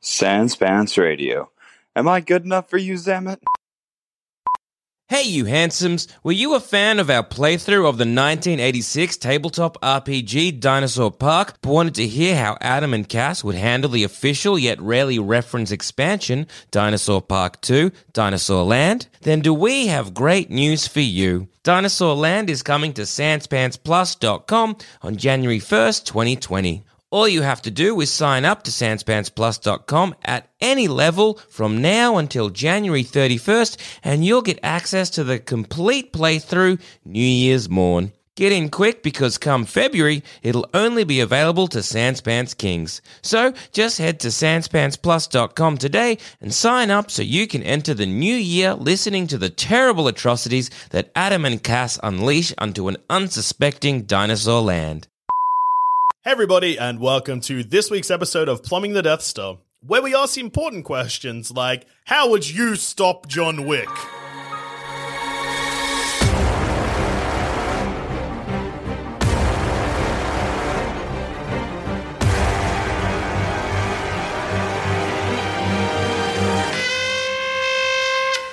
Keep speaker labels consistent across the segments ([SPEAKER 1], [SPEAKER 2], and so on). [SPEAKER 1] Sans Pants Radio. Am I good enough for you, Zamet?
[SPEAKER 2] Hey, you handsomes! Were you a fan of our playthrough of the 1986 tabletop RPG Dinosaur Park, but wanted to hear how Adam and Cass would handle the official yet rarely referenced expansion, Dinosaur Park 2, Dinosaur Land? Then do we have great news for you? Dinosaur Land is coming to sanspantsplus.com on January 1st, 2020. All you have to do is sign up to sanspantsplus.com at any level from now until January 31st, and you'll get access to the complete playthrough New Year's morn. Get in quick because come February, it'll only be available to Sanspants Kings. So just head to sanspantsplus.com today and sign up so you can enter the new year listening to the terrible atrocities that Adam and Cass unleash onto an unsuspecting dinosaur land.
[SPEAKER 3] Hey, everybody, and welcome to this week's episode of Plumbing the Death Star, where we ask important questions like How would you stop John Wick?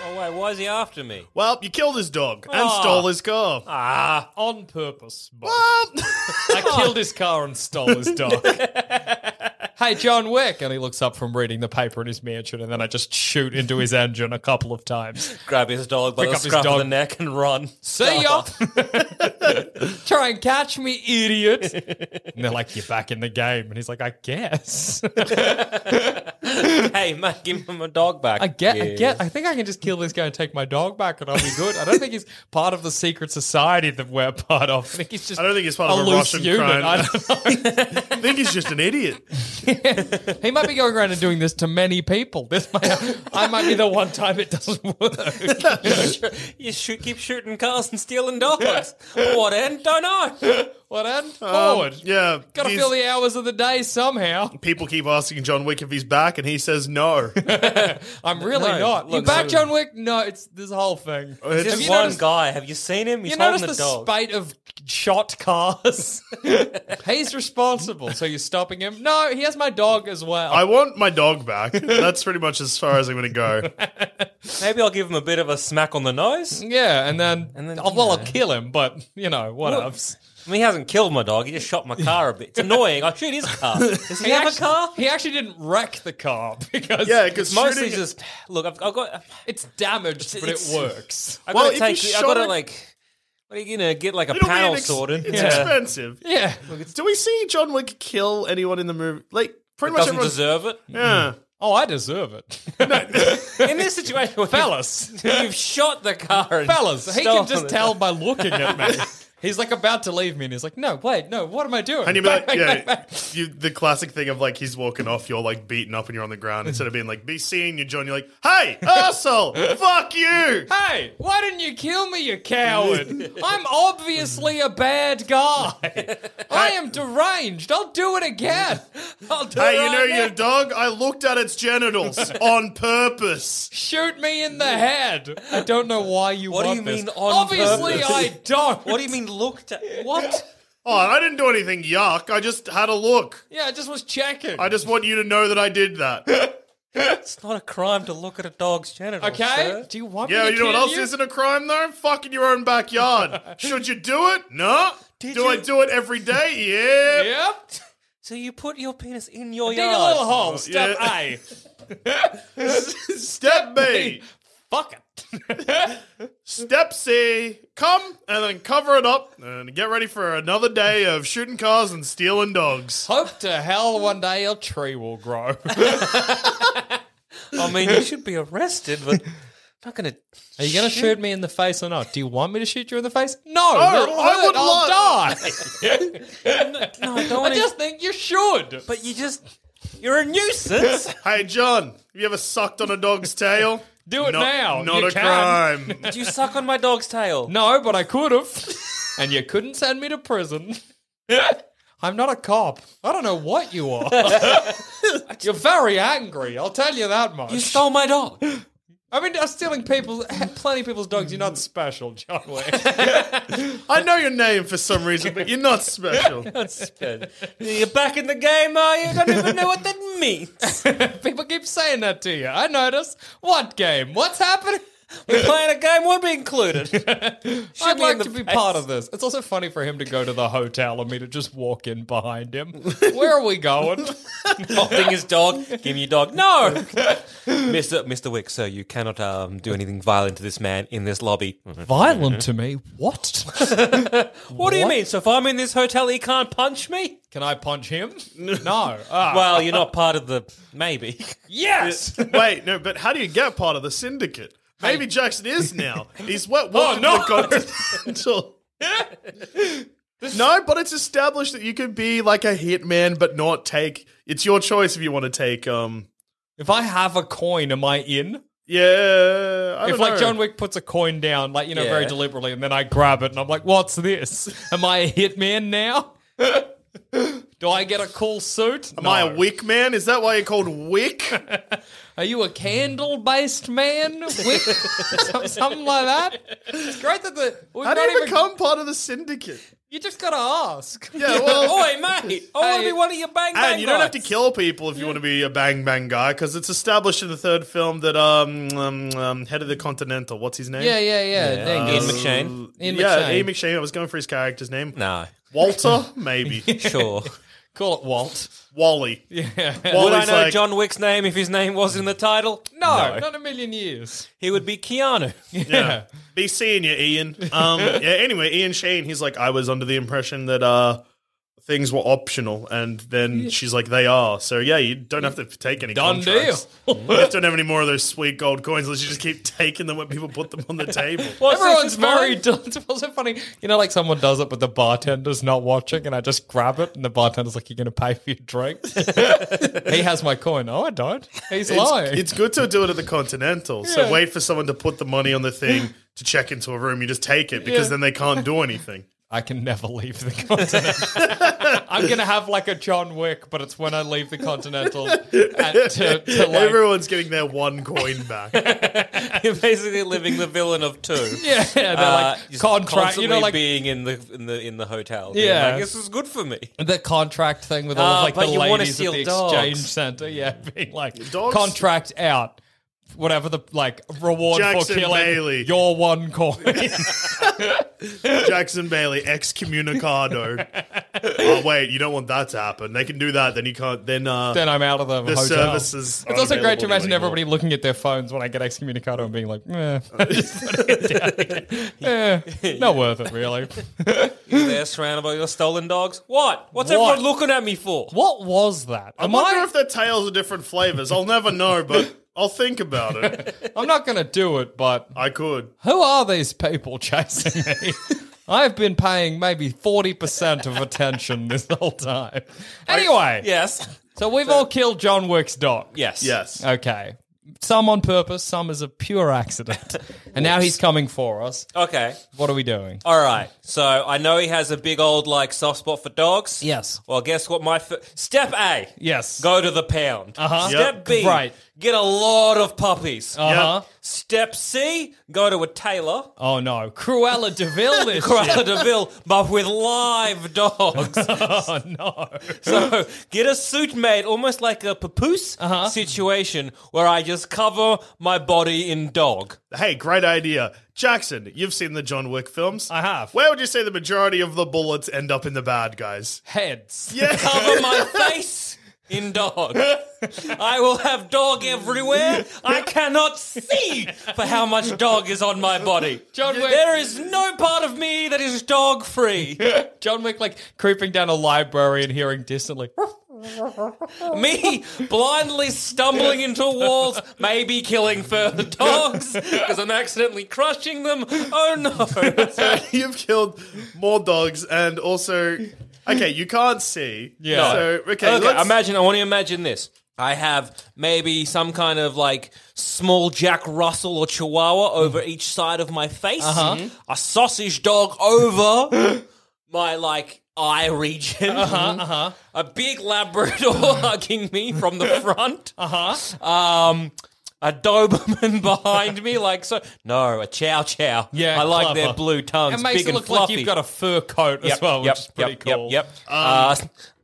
[SPEAKER 4] Oh wait, why is he after me?
[SPEAKER 3] Well, you killed his dog and
[SPEAKER 4] Ah.
[SPEAKER 3] stole his car. Um,
[SPEAKER 4] Ah, on purpose. Bob.
[SPEAKER 3] Well,
[SPEAKER 5] I killed his car and stole his dog. hey, John Wick. And he looks up from reading the paper in his mansion, and then I just shoot into his engine a couple of times.
[SPEAKER 4] Grab his dog by
[SPEAKER 5] Pick
[SPEAKER 4] the
[SPEAKER 5] up his
[SPEAKER 4] scruff of the
[SPEAKER 5] dog.
[SPEAKER 4] neck and run.
[SPEAKER 5] See ya. Try and catch me, idiot. And they're like, You're back in the game. And he's like, I guess.
[SPEAKER 4] hey, mate, give him my dog back.
[SPEAKER 5] I get, I
[SPEAKER 4] Yes.
[SPEAKER 5] get. I think I can just kill this guy and take my dog back, and I'll be good. I don't think he's part of the secret society that we're part of. I think he's just.
[SPEAKER 3] I don't think he's part of a
[SPEAKER 5] loose
[SPEAKER 3] Russian
[SPEAKER 5] unit.
[SPEAKER 3] crime.
[SPEAKER 5] I don't know.
[SPEAKER 3] I think he's just an idiot.
[SPEAKER 5] He might be going around and doing this to many people. This might, I might be the one time it doesn't work.
[SPEAKER 4] You shoot, keep shooting cars and stealing dogs. what end? Don't know.
[SPEAKER 5] What end?
[SPEAKER 4] Um,
[SPEAKER 5] Forward.
[SPEAKER 3] Yeah.
[SPEAKER 5] Got to
[SPEAKER 3] he's-
[SPEAKER 5] fill the hours of the day somehow.
[SPEAKER 3] People keep asking John Wick if he's back, and he says no.
[SPEAKER 5] I'm really
[SPEAKER 4] No,
[SPEAKER 5] not. You
[SPEAKER 4] look,
[SPEAKER 5] back,
[SPEAKER 4] so-
[SPEAKER 5] John Wick? No, it's this whole thing.
[SPEAKER 3] It's-
[SPEAKER 4] Just
[SPEAKER 5] you
[SPEAKER 4] one
[SPEAKER 5] noticed-
[SPEAKER 4] guy. Have you seen him? He's
[SPEAKER 5] you notice
[SPEAKER 4] holding
[SPEAKER 5] the
[SPEAKER 4] a dog.
[SPEAKER 5] spate of shot cars? He's responsible, so you're stopping him. No, he has my dog as well.
[SPEAKER 3] I want my dog back. That's pretty much as far as I'm going to go.
[SPEAKER 4] Maybe I'll give him a bit of a smack on the nose.
[SPEAKER 5] yeah, and then,
[SPEAKER 4] And then,
[SPEAKER 5] oh, well,
[SPEAKER 4] yeah.
[SPEAKER 5] I'll kill him, but you know, what
[SPEAKER 4] Well,
[SPEAKER 5] else?
[SPEAKER 4] I mean, he hasn't killed my dog. He just shot my car a bit. It's annoying. I shoot his car. Does he, have
[SPEAKER 5] actually,
[SPEAKER 4] a car?
[SPEAKER 5] He actually didn't wreck the car because
[SPEAKER 3] Yeah, because
[SPEAKER 4] Mostly
[SPEAKER 3] shooting-
[SPEAKER 4] just look. I've, I've got.
[SPEAKER 5] it's damaged, but
[SPEAKER 4] It's-
[SPEAKER 5] it works.
[SPEAKER 4] I've
[SPEAKER 3] Well,
[SPEAKER 4] got to
[SPEAKER 3] if you
[SPEAKER 4] take. I've got
[SPEAKER 3] shot
[SPEAKER 4] to
[SPEAKER 3] it-
[SPEAKER 4] like. What are you gonna get? Like a
[SPEAKER 3] It'll be an
[SPEAKER 4] panel
[SPEAKER 3] ex-
[SPEAKER 4] sorted.
[SPEAKER 3] It's
[SPEAKER 4] Yeah.
[SPEAKER 3] expensive.
[SPEAKER 5] Yeah.
[SPEAKER 3] Do we see John Wick kill anyone in the movie? Like pretty much
[SPEAKER 4] Doesn't
[SPEAKER 3] everyone.
[SPEAKER 4] deserve it.
[SPEAKER 3] yeah.
[SPEAKER 5] Oh, I deserve it.
[SPEAKER 4] In this situation, where
[SPEAKER 5] Fellas.
[SPEAKER 4] you've- you've shot the car, and
[SPEAKER 5] Fellas, he
[SPEAKER 4] stolen
[SPEAKER 5] can just
[SPEAKER 4] it.
[SPEAKER 5] tell by looking at me. He's like about to leave me, and he's like, "No, wait, no, what am I doing?"
[SPEAKER 3] And you're like,
[SPEAKER 5] Bang, bang, bang,
[SPEAKER 3] yeah, you, the classic thing of like he's walking off, you're like beaten up and you're on the ground. Instead of being like, be seeing you, John, you're like, hey, asshole, fuck you.
[SPEAKER 5] bang. Hey, why didn't you kill me, you coward? I'm obviously a bad guy. I am deranged. I'll do it again. I'll do
[SPEAKER 3] Hey,
[SPEAKER 5] it
[SPEAKER 3] you know
[SPEAKER 5] again.
[SPEAKER 3] your dog? I looked at its genitals on purpose.
[SPEAKER 5] Shoot me in the head. I don't know why you
[SPEAKER 4] What do
[SPEAKER 5] want
[SPEAKER 4] you
[SPEAKER 5] this.
[SPEAKER 4] mean on
[SPEAKER 5] Obviously,
[SPEAKER 4] purpose?
[SPEAKER 5] I don't.
[SPEAKER 4] What do you mean looked at? What?
[SPEAKER 3] Oh, I didn't do anything yuck. I just had a look.
[SPEAKER 5] Yeah, I just was checking.
[SPEAKER 3] I just want you to know that I did that.
[SPEAKER 4] it's not a crime to look at a dog's genitals.
[SPEAKER 5] okay.
[SPEAKER 4] sir.
[SPEAKER 5] Do you want
[SPEAKER 3] Yeah,
[SPEAKER 5] me to
[SPEAKER 3] you know what
[SPEAKER 5] kill
[SPEAKER 3] else
[SPEAKER 5] you?
[SPEAKER 3] isn't a crime though? Fucking your own backyard. Should you do it? No. do I
[SPEAKER 4] you-
[SPEAKER 3] do it every day? Yeah.
[SPEAKER 5] Yep.
[SPEAKER 4] So you put your penis in your
[SPEAKER 5] Dig
[SPEAKER 4] yard.
[SPEAKER 5] a little hole. Step
[SPEAKER 3] yeah.
[SPEAKER 5] A.
[SPEAKER 3] Step B,
[SPEAKER 5] Fuck it.
[SPEAKER 3] step C, come and then cover it up and get ready for another day of shooting cars and stealing dogs.
[SPEAKER 5] Hope to hell one day a tree will grow.
[SPEAKER 4] I mean, you should be arrested, but I'm not going to.
[SPEAKER 5] Are you going to shoot me in the face or not? Do you want me to shoot you in the face? No,
[SPEAKER 3] No,
[SPEAKER 5] that'll
[SPEAKER 3] I
[SPEAKER 5] hurt.
[SPEAKER 3] would
[SPEAKER 5] I'll die.
[SPEAKER 4] No, I don't
[SPEAKER 5] I
[SPEAKER 4] want
[SPEAKER 5] just
[SPEAKER 4] to.
[SPEAKER 5] think you should.
[SPEAKER 4] But you just. You're a nuisance.
[SPEAKER 3] Hey, John, have you ever sucked on a dog's tail?
[SPEAKER 5] Do it
[SPEAKER 3] Not-
[SPEAKER 5] now.
[SPEAKER 3] Not
[SPEAKER 5] You
[SPEAKER 3] a
[SPEAKER 5] can.
[SPEAKER 3] crime.
[SPEAKER 4] Did you suck on my dog's tail?
[SPEAKER 5] No, but I could have. and you couldn't send me to prison. I'm not a cop. I don't know what you are. You're very angry. I'll tell you that much.
[SPEAKER 4] You stole my dog.
[SPEAKER 5] I mean, uh, stealing people, plenty of people's dogs. You're
[SPEAKER 4] Mm.
[SPEAKER 5] not special, John Wick.
[SPEAKER 3] I know your name for some reason, but you're not special.
[SPEAKER 4] You're back in the game, are you? Don't even know what that means.
[SPEAKER 5] People keep saying that to you. I notice. What game? What's happening?
[SPEAKER 4] We're playing a game, we'll be included.
[SPEAKER 5] I'd
[SPEAKER 4] me in
[SPEAKER 5] like
[SPEAKER 4] the
[SPEAKER 5] to be
[SPEAKER 4] face.
[SPEAKER 5] part of this. It's also funny for him to go to the hotel and me to just walk in behind him. Where are we going?
[SPEAKER 4] Holding Oh, his dog. Give me your dog. No! Mr. Mr. Wick, sir, you cannot um, do anything violent to this man in this lobby.
[SPEAKER 5] Violent to me? What?
[SPEAKER 4] What do you mean? So if I'm in this hotel, he can't punch me?
[SPEAKER 5] Can I punch him? No. Ah.
[SPEAKER 4] Well, you're not part of the. Maybe.
[SPEAKER 5] yes.
[SPEAKER 3] Wait, no, but how do you get part of the syndicate? Maybe Jackson is now. He's what? what
[SPEAKER 5] Oh, no.
[SPEAKER 3] The continental. no, but it's established that you can be like a hitman, but not take. It's your choice if you want to take. Um,
[SPEAKER 5] if I have a coin, am I in?
[SPEAKER 3] yeah, I
[SPEAKER 5] If
[SPEAKER 3] don't
[SPEAKER 5] like
[SPEAKER 3] know.
[SPEAKER 5] John Wick puts a coin down, like you know, very
[SPEAKER 4] Yeah.
[SPEAKER 5] deliberately, and then I grab it and I'm like, "What's this? Am I a hitman now? Do I get a cool suit?
[SPEAKER 3] Am I
[SPEAKER 5] No.
[SPEAKER 3] a wick man? Is that why you're called Wick?
[SPEAKER 5] Are you a candle based man? Wick? Some- Something like that. It's great that the we've
[SPEAKER 3] How do
[SPEAKER 5] not
[SPEAKER 3] you
[SPEAKER 5] even.
[SPEAKER 3] become part of the syndicate?
[SPEAKER 5] you just gotta ask.
[SPEAKER 3] Yeah, well,
[SPEAKER 4] Oi, mate! I want to
[SPEAKER 5] Hey.
[SPEAKER 4] be one of your bang bang
[SPEAKER 3] and you don't have to
[SPEAKER 4] guys.
[SPEAKER 3] kill people if you want to be a bang bang guy, because it's established in the third film that um, um, um head of the Continental, what's his name?
[SPEAKER 5] Yeah, yeah, yeah. Thank
[SPEAKER 4] Ian
[SPEAKER 5] you.
[SPEAKER 4] McShane?
[SPEAKER 5] Ian
[SPEAKER 3] yeah,
[SPEAKER 5] McShane.
[SPEAKER 3] Ian McShane. I was going for his character's name.
[SPEAKER 4] Um, No.
[SPEAKER 3] Walter, maybe
[SPEAKER 4] Sure.
[SPEAKER 5] Call it Walt.
[SPEAKER 3] Wally.
[SPEAKER 5] Yeah.
[SPEAKER 4] Would I
[SPEAKER 3] Wally's
[SPEAKER 4] know
[SPEAKER 3] like,
[SPEAKER 4] John Wick's name if his name wasn't in the title?
[SPEAKER 5] No, not a million years.
[SPEAKER 4] He would be Keanu.
[SPEAKER 3] yeah. Be seeing you, Ian. Um, yeah. Anyway, Ian Shane. He's like, I was under the impression that uh, things were optional, and then she's like, they are. So yeah, you don't have to take any.
[SPEAKER 5] Done
[SPEAKER 3] contracts. you just don't have any more of those sweet gold coins unless you just keep taking them when people put them on the table.
[SPEAKER 5] Everyone's very. It's also funny, you know, like someone does it, but the bartender's not watching, and I just grab it, and the bartender's like, "You're going to pay for your drink." he has my coin. No, I don't. He's lying.
[SPEAKER 3] It's, it's good to do it at the Continental. So wait for someone to put the money on the thing to check into a room. You just take it because then they can't do anything.
[SPEAKER 5] I can never leave the continent. I'm going to have like a John Wick, but it's when I leave the Continental at, to, to like.
[SPEAKER 3] Everyone's getting their one coin back.
[SPEAKER 4] You're basically living the villain of two.
[SPEAKER 5] yeah, they're
[SPEAKER 4] Uh,
[SPEAKER 5] like
[SPEAKER 4] just
[SPEAKER 5] contract.
[SPEAKER 4] constantly
[SPEAKER 5] You know, like
[SPEAKER 4] being in the in the in the hotel. You're
[SPEAKER 5] Yeah.
[SPEAKER 4] like, this is good for me.
[SPEAKER 5] the contract thing with all
[SPEAKER 4] Ah,
[SPEAKER 5] of like
[SPEAKER 4] but
[SPEAKER 5] the
[SPEAKER 4] you wanna
[SPEAKER 5] ladies at
[SPEAKER 4] steal
[SPEAKER 5] the
[SPEAKER 4] dogs.
[SPEAKER 5] exchange center. Yeah, being like
[SPEAKER 3] Dogs-
[SPEAKER 5] contract out. Whatever the like reward
[SPEAKER 3] Jackson
[SPEAKER 5] for killing
[SPEAKER 3] Bailey.
[SPEAKER 5] your one coin.
[SPEAKER 3] Jackson Bailey, excommunicado. oh wait, you don't want that to happen. They can do that, then you can't. Then uh,
[SPEAKER 5] then I'm out of the,
[SPEAKER 3] the
[SPEAKER 5] hotel.
[SPEAKER 3] services.
[SPEAKER 5] It's also great to imagine everybody looking at their phones when I get excommunicado and being like, eh, Just putting it down. Eh, not worth it, really.
[SPEAKER 4] You're there surrounded by your stolen dogs. What? What's
[SPEAKER 5] What?
[SPEAKER 4] everyone looking at me for?
[SPEAKER 5] What was that?
[SPEAKER 3] I
[SPEAKER 5] Am
[SPEAKER 3] wonder
[SPEAKER 5] I,
[SPEAKER 3] if their tails are different flavors. I'll never know, but I'll think about it.
[SPEAKER 5] I'm not going to do it, but
[SPEAKER 3] I could.
[SPEAKER 5] who are these people chasing me? I've been paying maybe 40% of attention this whole time. Anyway,
[SPEAKER 4] Yes.
[SPEAKER 5] so we've all killed John Wick's dog.
[SPEAKER 4] Yes.
[SPEAKER 3] Yes.
[SPEAKER 5] Okay. Some on purpose, some as a pure accident. And now he's coming for us.
[SPEAKER 4] Okay.
[SPEAKER 5] What are we doing?
[SPEAKER 4] All right. So I know he has a big old like soft spot for dogs.
[SPEAKER 5] Yes.
[SPEAKER 4] Well, guess what? My fir- step A.
[SPEAKER 5] Yes.
[SPEAKER 4] Go to the pound.
[SPEAKER 5] Uh-huh.
[SPEAKER 4] Step
[SPEAKER 5] Yep.
[SPEAKER 4] B.
[SPEAKER 5] Right.
[SPEAKER 4] Get a lot of puppies.
[SPEAKER 5] Uh huh.
[SPEAKER 4] Step C, go to a tailor.
[SPEAKER 5] Oh no, Cruella Deville this
[SPEAKER 4] Cruella
[SPEAKER 5] shit.
[SPEAKER 4] de Vil, but with live dogs.
[SPEAKER 5] Oh no.
[SPEAKER 4] So get a suit made, almost like a papoose situation, where I just cover my body in dog.
[SPEAKER 3] Hey, great idea. Jackson, you've seen the John Wick films.
[SPEAKER 5] I have.
[SPEAKER 3] Where would you say the majority of the bullets end up in the bad guys?
[SPEAKER 5] Heads.
[SPEAKER 4] Cover my face in dog. I will have dog everywhere. I cannot see for how much dog is on my body.
[SPEAKER 5] John Wick.
[SPEAKER 4] There is no part of me that is dog free.
[SPEAKER 5] John Wick like creeping down a library and hearing distantly.
[SPEAKER 4] me blindly stumbling into walls, maybe killing further dogs because I'm accidentally crushing them. Oh no!
[SPEAKER 3] you've killed more dogs and also. Okay, you can't see.
[SPEAKER 5] Yeah.
[SPEAKER 3] So, okay,
[SPEAKER 4] okay,
[SPEAKER 3] let's-
[SPEAKER 4] imagine. I want to imagine this. I have maybe some kind of like small Jack Russell or Chihuahua
[SPEAKER 5] Mm.
[SPEAKER 4] over each side of my face,
[SPEAKER 5] Uh-huh.
[SPEAKER 4] Mm-hmm. a sausage dog over my like eye region,
[SPEAKER 5] Uh-huh,
[SPEAKER 4] Mm-hmm. a big Labrador
[SPEAKER 5] Mm-hmm.
[SPEAKER 4] hugging me from the front, uh-huh. um, a Doberman behind me, like so. No, a Chow Chow.
[SPEAKER 5] Yeah,
[SPEAKER 4] I like
[SPEAKER 5] clever.
[SPEAKER 4] their blue tongues,
[SPEAKER 5] It makes
[SPEAKER 4] big
[SPEAKER 5] it
[SPEAKER 4] and
[SPEAKER 5] look like
[SPEAKER 4] fluffy.
[SPEAKER 5] you've got a fur coat as well, which is pretty
[SPEAKER 4] yep,
[SPEAKER 5] cool. Um,
[SPEAKER 4] Yep. yep. Uh,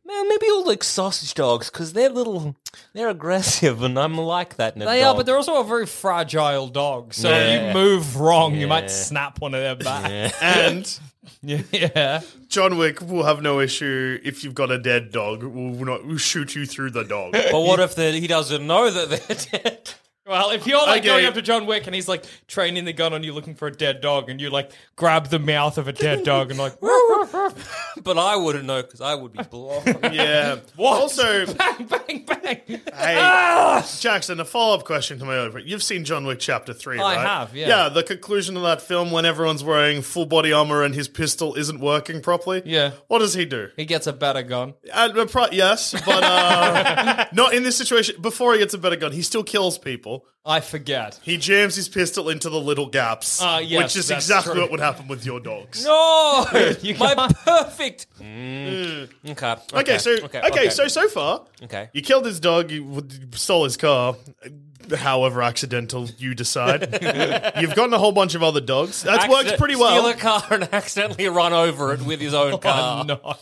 [SPEAKER 4] man, maybe I'll like sausage dogs because they're little, they're aggressive, and I'm like that. In a
[SPEAKER 5] They
[SPEAKER 4] dog.
[SPEAKER 5] are, but they're also a very fragile dog. So
[SPEAKER 4] Yeah.
[SPEAKER 5] if you move wrong, you might snap one of their back.
[SPEAKER 3] And
[SPEAKER 5] Yeah.
[SPEAKER 3] John Wick will have no issue if you've got a dead dog. Will not will shoot you through the dog.
[SPEAKER 4] But what if the, he doesn't know that they're dead?
[SPEAKER 5] Well, if you're like
[SPEAKER 3] Okay.
[SPEAKER 5] going up to John Wick and he's like training the gun on you looking for a dead dog and you like grab the mouth of a dead dog and like
[SPEAKER 4] But I wouldn't know because I would be blind.
[SPEAKER 3] yeah. What? Also,
[SPEAKER 5] bang, bang, bang.
[SPEAKER 3] hey, Jackson, a follow up question to my other. You've seen John Wick Chapter 3,
[SPEAKER 5] I
[SPEAKER 3] right?
[SPEAKER 5] have, yeah.
[SPEAKER 3] Yeah, the conclusion of that film when everyone's wearing full body armor and his pistol isn't working properly.
[SPEAKER 5] Yeah.
[SPEAKER 3] What does he do?
[SPEAKER 5] He gets a better gun.
[SPEAKER 3] Uh, but pro- yes, but uh, not in this situation. Before he gets a better gun, he still kills people.
[SPEAKER 5] I forget.
[SPEAKER 3] He jams his pistol into the little gaps,
[SPEAKER 5] Ah, yes,
[SPEAKER 3] which is
[SPEAKER 5] that's
[SPEAKER 3] exactly
[SPEAKER 5] true.
[SPEAKER 3] what would happen with your dogs.
[SPEAKER 4] no, my
[SPEAKER 5] can't.
[SPEAKER 4] perfect. Mm. Okay.
[SPEAKER 3] Okay, so okay, so so far,
[SPEAKER 4] Okay.
[SPEAKER 3] you killed his dog, you w- stole his car, however accidental you decide. You've gotten a whole bunch of other dogs. That's worked
[SPEAKER 4] Accident-
[SPEAKER 3] pretty well.
[SPEAKER 4] Steal a car and accidentally run over it with his own car.
[SPEAKER 5] Oh, No.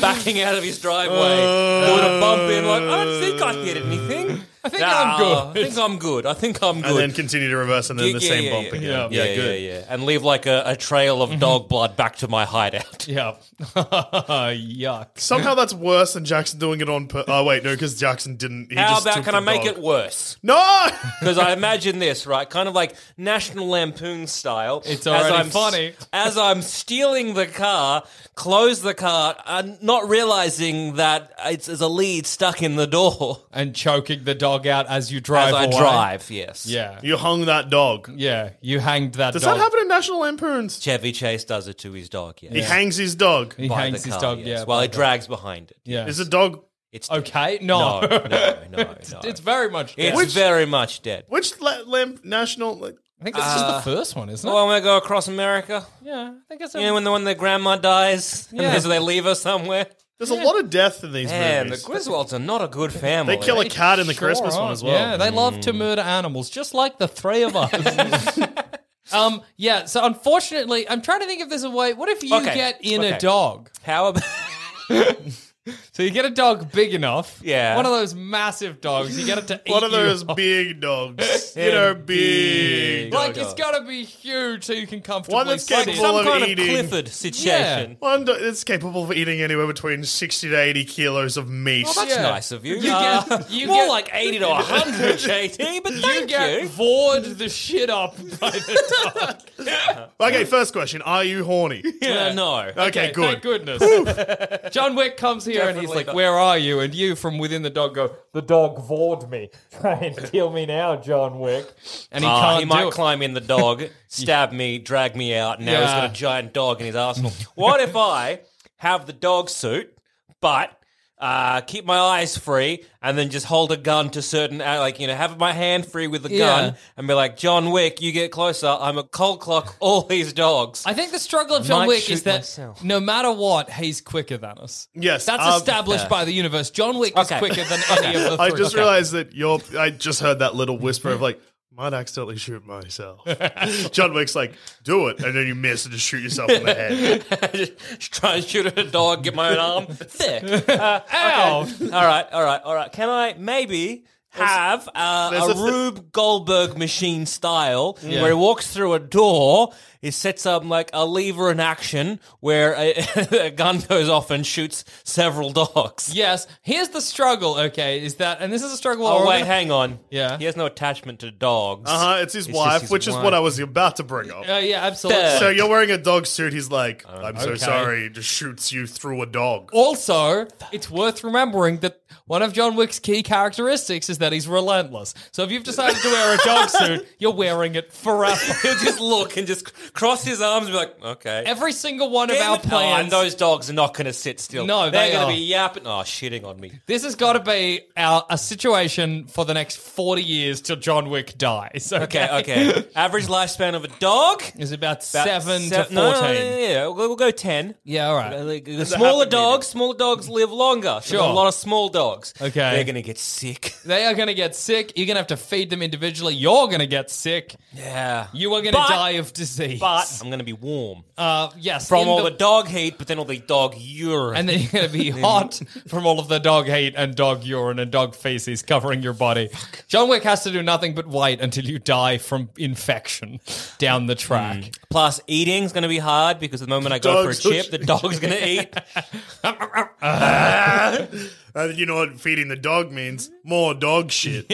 [SPEAKER 4] backing out of his driveway, doing a bump in, like, I don't think I did anything. I think
[SPEAKER 5] I'm good."
[SPEAKER 4] I think I'm good. I think I'm good.
[SPEAKER 3] and then continue to reverse and then
[SPEAKER 4] Yeah,
[SPEAKER 3] the
[SPEAKER 4] yeah,
[SPEAKER 3] same
[SPEAKER 4] yeah,
[SPEAKER 3] bump
[SPEAKER 4] yeah.
[SPEAKER 3] again.
[SPEAKER 5] Yeah. Mm-hmm.
[SPEAKER 4] yeah, yeah, yeah, and leave like a, a trail of dog blood back to my hideout.
[SPEAKER 5] Yeah. Yuck.
[SPEAKER 3] Somehow that's worse than Jackson doing it on. Per- oh wait, no, because Jackson didn't. He
[SPEAKER 4] How
[SPEAKER 3] just
[SPEAKER 4] about
[SPEAKER 3] took
[SPEAKER 4] can
[SPEAKER 3] the
[SPEAKER 4] I make
[SPEAKER 3] dog.
[SPEAKER 4] it worse?
[SPEAKER 3] No.
[SPEAKER 4] Because I imagine this right, kind of like National Lampoon style. as
[SPEAKER 5] It's already
[SPEAKER 4] I'm s-
[SPEAKER 5] funny.
[SPEAKER 4] As I'm stealing the car, close the car, and not realizing that it's, there's a lead stuck in the door
[SPEAKER 5] And choking the dog out as you drive
[SPEAKER 4] as I
[SPEAKER 5] away.
[SPEAKER 4] drive. Yes,
[SPEAKER 5] Yeah.
[SPEAKER 3] you hung that dog.
[SPEAKER 5] Yeah. You hanged that
[SPEAKER 3] Does
[SPEAKER 5] dog.
[SPEAKER 3] that happen in National Lampoons?
[SPEAKER 4] Chevy Chase does it to his dog. Yes.
[SPEAKER 3] He hangs his dog.
[SPEAKER 5] He
[SPEAKER 4] by
[SPEAKER 5] hangs
[SPEAKER 4] the
[SPEAKER 5] his
[SPEAKER 4] car,
[SPEAKER 5] dog,
[SPEAKER 4] yes,
[SPEAKER 5] yeah.
[SPEAKER 4] while
[SPEAKER 5] by
[SPEAKER 4] he
[SPEAKER 5] the-
[SPEAKER 4] drags behind it.
[SPEAKER 5] Yeah.
[SPEAKER 3] Is the dog?
[SPEAKER 4] It's
[SPEAKER 5] okay?
[SPEAKER 4] No,
[SPEAKER 5] No.
[SPEAKER 4] no, no, no.
[SPEAKER 5] It's very much
[SPEAKER 4] It's
[SPEAKER 5] dead.
[SPEAKER 4] very much dead.
[SPEAKER 3] Which la- lamp national? Like,
[SPEAKER 5] I think it's just the first one, isn't it?
[SPEAKER 4] Oh, I'm gonna go across America.
[SPEAKER 5] yeah. I think it's
[SPEAKER 4] You know, when the one their grandma dies, and
[SPEAKER 5] Yeah.
[SPEAKER 4] there's- they leave her somewhere.
[SPEAKER 3] there's a lot of death in these
[SPEAKER 4] Man, the
[SPEAKER 3] movies.
[SPEAKER 4] Griswolds are not a good family. Mm.
[SPEAKER 3] they kill a cat in the Christmas one as well.
[SPEAKER 5] Yeah, they love to murder animals, just like the three of us. um, yeah. So unfortunately, I'm trying to think if there's a way. What if you
[SPEAKER 4] Okay,
[SPEAKER 5] get in
[SPEAKER 4] okay.
[SPEAKER 5] a dog?
[SPEAKER 4] How about?
[SPEAKER 5] So you get a dog big enough.
[SPEAKER 4] Yeah.
[SPEAKER 5] One of those massive dogs. You get it to eat
[SPEAKER 3] One of
[SPEAKER 5] you
[SPEAKER 3] those
[SPEAKER 5] up.
[SPEAKER 3] big dogs. you know, big.
[SPEAKER 5] Like
[SPEAKER 3] dogs.
[SPEAKER 5] it's got to be huge so you can comfortably.
[SPEAKER 3] One that's
[SPEAKER 5] sit.
[SPEAKER 3] capable
[SPEAKER 4] Some
[SPEAKER 3] of
[SPEAKER 4] kind of
[SPEAKER 3] eating.
[SPEAKER 4] Clifford situation.
[SPEAKER 3] One do- that's capable of eating anywhere between 60 to 80 kilos of meat.
[SPEAKER 4] oh, That's
[SPEAKER 5] Yeah.
[SPEAKER 4] nice of you.
[SPEAKER 5] You
[SPEAKER 4] Uh,
[SPEAKER 5] get- you
[SPEAKER 4] more
[SPEAKER 5] get-
[SPEAKER 4] like eighty to hundred, JT. But thank
[SPEAKER 5] You get vored the shit up by the dog.
[SPEAKER 3] okay, first question. Are you horny?
[SPEAKER 4] Uh, no.
[SPEAKER 3] Okay,
[SPEAKER 5] Thank
[SPEAKER 3] good.
[SPEAKER 5] goodness. John Wick comes here and he's
[SPEAKER 4] Definitely
[SPEAKER 5] like,
[SPEAKER 4] not.
[SPEAKER 5] "Where are you?" And you, from within the dog, go, "The dog vored me. Try and kill me now, John Wick." And he
[SPEAKER 4] Ah,
[SPEAKER 5] can't
[SPEAKER 4] he might
[SPEAKER 5] do it.
[SPEAKER 4] climb in the dog, stab me, drag me out, and now he's got
[SPEAKER 5] Yeah.
[SPEAKER 4] a giant dog in his arsenal. what if I have the dog suit, but uh, keep my eyes free, and then just hold a gun to certain, uh, like you know, have my hand free with the
[SPEAKER 5] Yeah.
[SPEAKER 4] gun, and be like, John Wick, you get closer. I'm a cold clock all these dogs.
[SPEAKER 5] I think the struggle of John
[SPEAKER 4] Might
[SPEAKER 5] Wick
[SPEAKER 4] shoot
[SPEAKER 5] is that
[SPEAKER 4] myself.
[SPEAKER 5] no matter what, he's quicker than us.
[SPEAKER 3] Yes,
[SPEAKER 5] that's
[SPEAKER 3] um,
[SPEAKER 5] established by the universe. John Wick
[SPEAKER 4] Okay.
[SPEAKER 5] is quicker than any of the three.
[SPEAKER 3] I just realized that you're. I just heard that little whisper of like, might accidentally shoot myself. John Wick's like, do it, and then you miss and just shoot yourself in the head.
[SPEAKER 4] Just try and shoot at a dog, get my own arm. Thick. Uh, ow. All right, all right, all right. Can I maybe have uh,
[SPEAKER 3] there's
[SPEAKER 4] a,
[SPEAKER 3] a thi-
[SPEAKER 4] Rube Goldberg machine style where he walks through a door, he sets up like a lever in action where a, a gun goes off and shoots several dogs?
[SPEAKER 5] Yes. Here's the struggle. Okay, is that and this is a struggle.
[SPEAKER 4] Oh,
[SPEAKER 5] we're
[SPEAKER 4] wait,
[SPEAKER 5] gonna-
[SPEAKER 4] hang on.
[SPEAKER 5] Yeah. Uh-huh.
[SPEAKER 4] He has no attachment to dogs.
[SPEAKER 3] Uh huh. It's his
[SPEAKER 2] It's just
[SPEAKER 3] wife,
[SPEAKER 2] his
[SPEAKER 3] which is
[SPEAKER 2] wife.
[SPEAKER 3] what I was about to bring up.
[SPEAKER 5] Uh, yeah, absolutely.
[SPEAKER 4] Duh.
[SPEAKER 3] So you're wearing a dog suit. He's like,
[SPEAKER 2] Uh,
[SPEAKER 3] I'm so
[SPEAKER 5] okay.
[SPEAKER 3] sorry. He just shoots you through a dog.
[SPEAKER 5] Also, it's worth remembering that one of John Wick's key characteristics is that he's relentless. So if you've decided to wear a dog suit, you're wearing it forever.
[SPEAKER 4] He'll just look and just c- cross his arms and be like, okay.
[SPEAKER 5] Every single one of
[SPEAKER 4] Damn
[SPEAKER 5] our
[SPEAKER 4] it. Oh,
[SPEAKER 5] plans.
[SPEAKER 4] and those dogs are not going to sit still.
[SPEAKER 5] No,
[SPEAKER 4] they're
[SPEAKER 5] they
[SPEAKER 4] gonna
[SPEAKER 5] are.
[SPEAKER 4] be yapping. Oh, shitting on me.
[SPEAKER 5] This has got to be our, a situation for the next 40 years till John Wick dies. Okay,
[SPEAKER 4] Okay, okay. Average lifespan of a dog
[SPEAKER 5] Is about,
[SPEAKER 4] About
[SPEAKER 5] 7 to Uh,
[SPEAKER 4] sev-
[SPEAKER 5] 14.
[SPEAKER 4] no, no, no, no, yeah, we'll, we'll go ten.
[SPEAKER 5] Yeah, all right.
[SPEAKER 4] Like, the smaller
[SPEAKER 3] happy medium.
[SPEAKER 4] dogs, smaller dogs live longer. So
[SPEAKER 5] Sure.
[SPEAKER 4] there's a lot of small dogs.
[SPEAKER 5] Okay.
[SPEAKER 4] they're gonna get sick.
[SPEAKER 5] They are going to get sick. You're going to have to feed them individually. You're going to get sick.
[SPEAKER 4] Yeah,
[SPEAKER 5] You are going to
[SPEAKER 4] But-
[SPEAKER 5] die of disease.
[SPEAKER 4] But I'm gonna be warm
[SPEAKER 5] uh, yes,
[SPEAKER 4] from
[SPEAKER 5] in
[SPEAKER 4] all the, dog heat, but then all the dog urine.
[SPEAKER 5] and then you're going to be hot from all of the dog hate and dog urine and dog feces covering your body. John Wick has to do nothing but wait until you die from infection down the track.
[SPEAKER 4] Mm. plus eating's gonna be hard because the moment I go
[SPEAKER 3] Dogs
[SPEAKER 4] for a
[SPEAKER 3] will
[SPEAKER 4] chip, the dog's gonna eat.
[SPEAKER 3] And you know what feeding the dog means? More dog shit.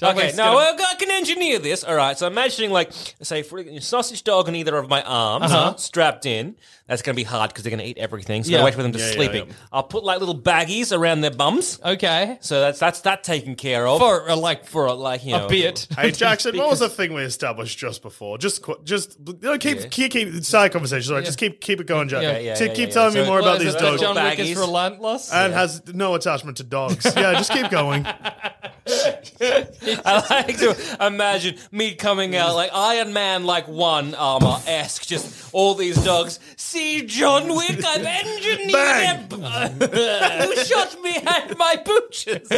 [SPEAKER 5] Dog
[SPEAKER 4] Okay,
[SPEAKER 5] hate's
[SPEAKER 4] no,
[SPEAKER 5] gonna-
[SPEAKER 4] well, I can engineer this. All right, so I'm imagining like, say, for a sausage dog on either of my arms, strapped in. That's going to be hard because they're going to eat everything. So I
[SPEAKER 5] Uh-huh. Yeah.
[SPEAKER 4] wait for them to sleeping. I'll put like little baggies around their bums.
[SPEAKER 5] okay.
[SPEAKER 4] So that's that's that taken care of
[SPEAKER 5] For uh, like
[SPEAKER 4] for uh, like you know
[SPEAKER 5] a bit.
[SPEAKER 3] Hey Jackson, what was the thing we established just before? Just, qu- just you know, keep, keep, keep, start a conversation. Like, just keep, keep it going, Jack.
[SPEAKER 5] Yeah,
[SPEAKER 4] yeah,
[SPEAKER 3] So
[SPEAKER 4] yeah,
[SPEAKER 3] keep
[SPEAKER 4] yeah.
[SPEAKER 3] telling
[SPEAKER 4] So-
[SPEAKER 3] me more
[SPEAKER 5] Well,
[SPEAKER 3] about
[SPEAKER 5] is
[SPEAKER 3] these
[SPEAKER 5] it that
[SPEAKER 3] dogs.
[SPEAKER 5] John Wick
[SPEAKER 4] Baggies.
[SPEAKER 5] is relentless.
[SPEAKER 3] and has no attachment to dogs. Yeah, just keep going.
[SPEAKER 4] I like to imagine me coming out like Iron Man, like one armor esque, just all these dogs. See, John Wick, I've engineered
[SPEAKER 3] Bang!
[SPEAKER 4] it. you shot me at my booches.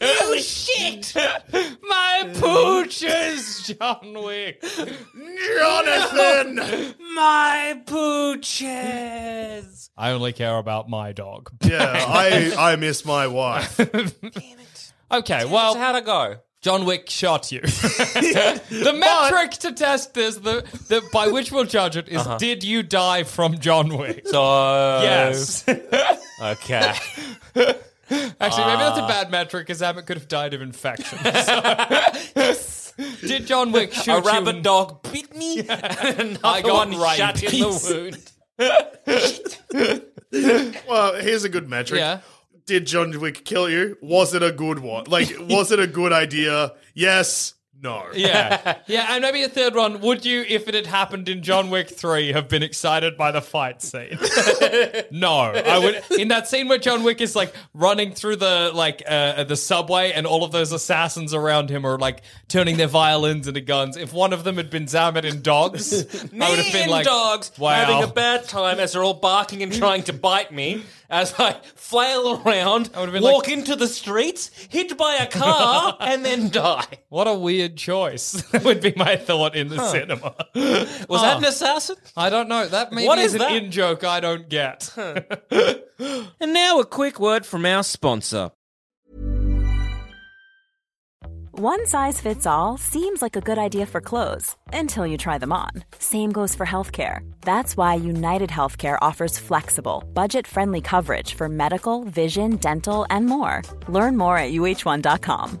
[SPEAKER 4] you shit!
[SPEAKER 5] My pooches, John Wick.
[SPEAKER 3] Jonathan.
[SPEAKER 4] My pooches.
[SPEAKER 5] I only care about my dog.
[SPEAKER 3] Yeah, I, I miss my wife.
[SPEAKER 5] Okay,
[SPEAKER 4] Well,
[SPEAKER 5] well,
[SPEAKER 4] so how'd it go?
[SPEAKER 5] John Wick shot you. the metric to test this, the, the by which we'll judge it, is did you die from John Wick?
[SPEAKER 4] Uh-huh. So
[SPEAKER 5] Yes.
[SPEAKER 4] okay. Uh.
[SPEAKER 5] Actually, maybe that's a bad metric because Abbott could have died of infection. So- Did John Wick shoot
[SPEAKER 4] A
[SPEAKER 5] you?
[SPEAKER 4] rabbit dog bit me. and I got
[SPEAKER 5] got
[SPEAKER 4] one shot in
[SPEAKER 5] rabies.
[SPEAKER 4] the wound.
[SPEAKER 3] Well, here's a good metric.
[SPEAKER 5] Yeah.
[SPEAKER 3] Did John Wick kill you? Was it a good one? Like, was it a good idea? Yes. No.
[SPEAKER 5] Yeah, yeah, and maybe a third one. Would you, if it had happened in John Wick Three, have been excited by the fight scene? no, I would. In that scene where John Wick is like running through the like uh, the subway, and all of those assassins around him are like turning their violins into guns. If one of them had been Zamet and dogs,
[SPEAKER 4] Me
[SPEAKER 5] I would have been
[SPEAKER 4] and
[SPEAKER 5] like,
[SPEAKER 4] dogs
[SPEAKER 5] wow.
[SPEAKER 4] having a bad time as they're all barking and trying to bite me as I flail around,
[SPEAKER 5] I would've been
[SPEAKER 4] walk
[SPEAKER 5] like-
[SPEAKER 4] into the streets, hit by a car, and then die.
[SPEAKER 5] What a weird choice. that would be my thought in the cinema. Ah,
[SPEAKER 4] Was that an assassin?
[SPEAKER 5] I don't know. That maybe
[SPEAKER 4] What is
[SPEAKER 5] is an
[SPEAKER 4] that?
[SPEAKER 5] in joke I don't get.
[SPEAKER 2] And now a quick word from our sponsor.
[SPEAKER 6] One size fits all seems like a good idea for clothes until you try them on. Same goes for healthcare. That's why United Healthcare offers flexible, budget friendly coverage for medical, vision, dental, and more. Learn more at uh1.com.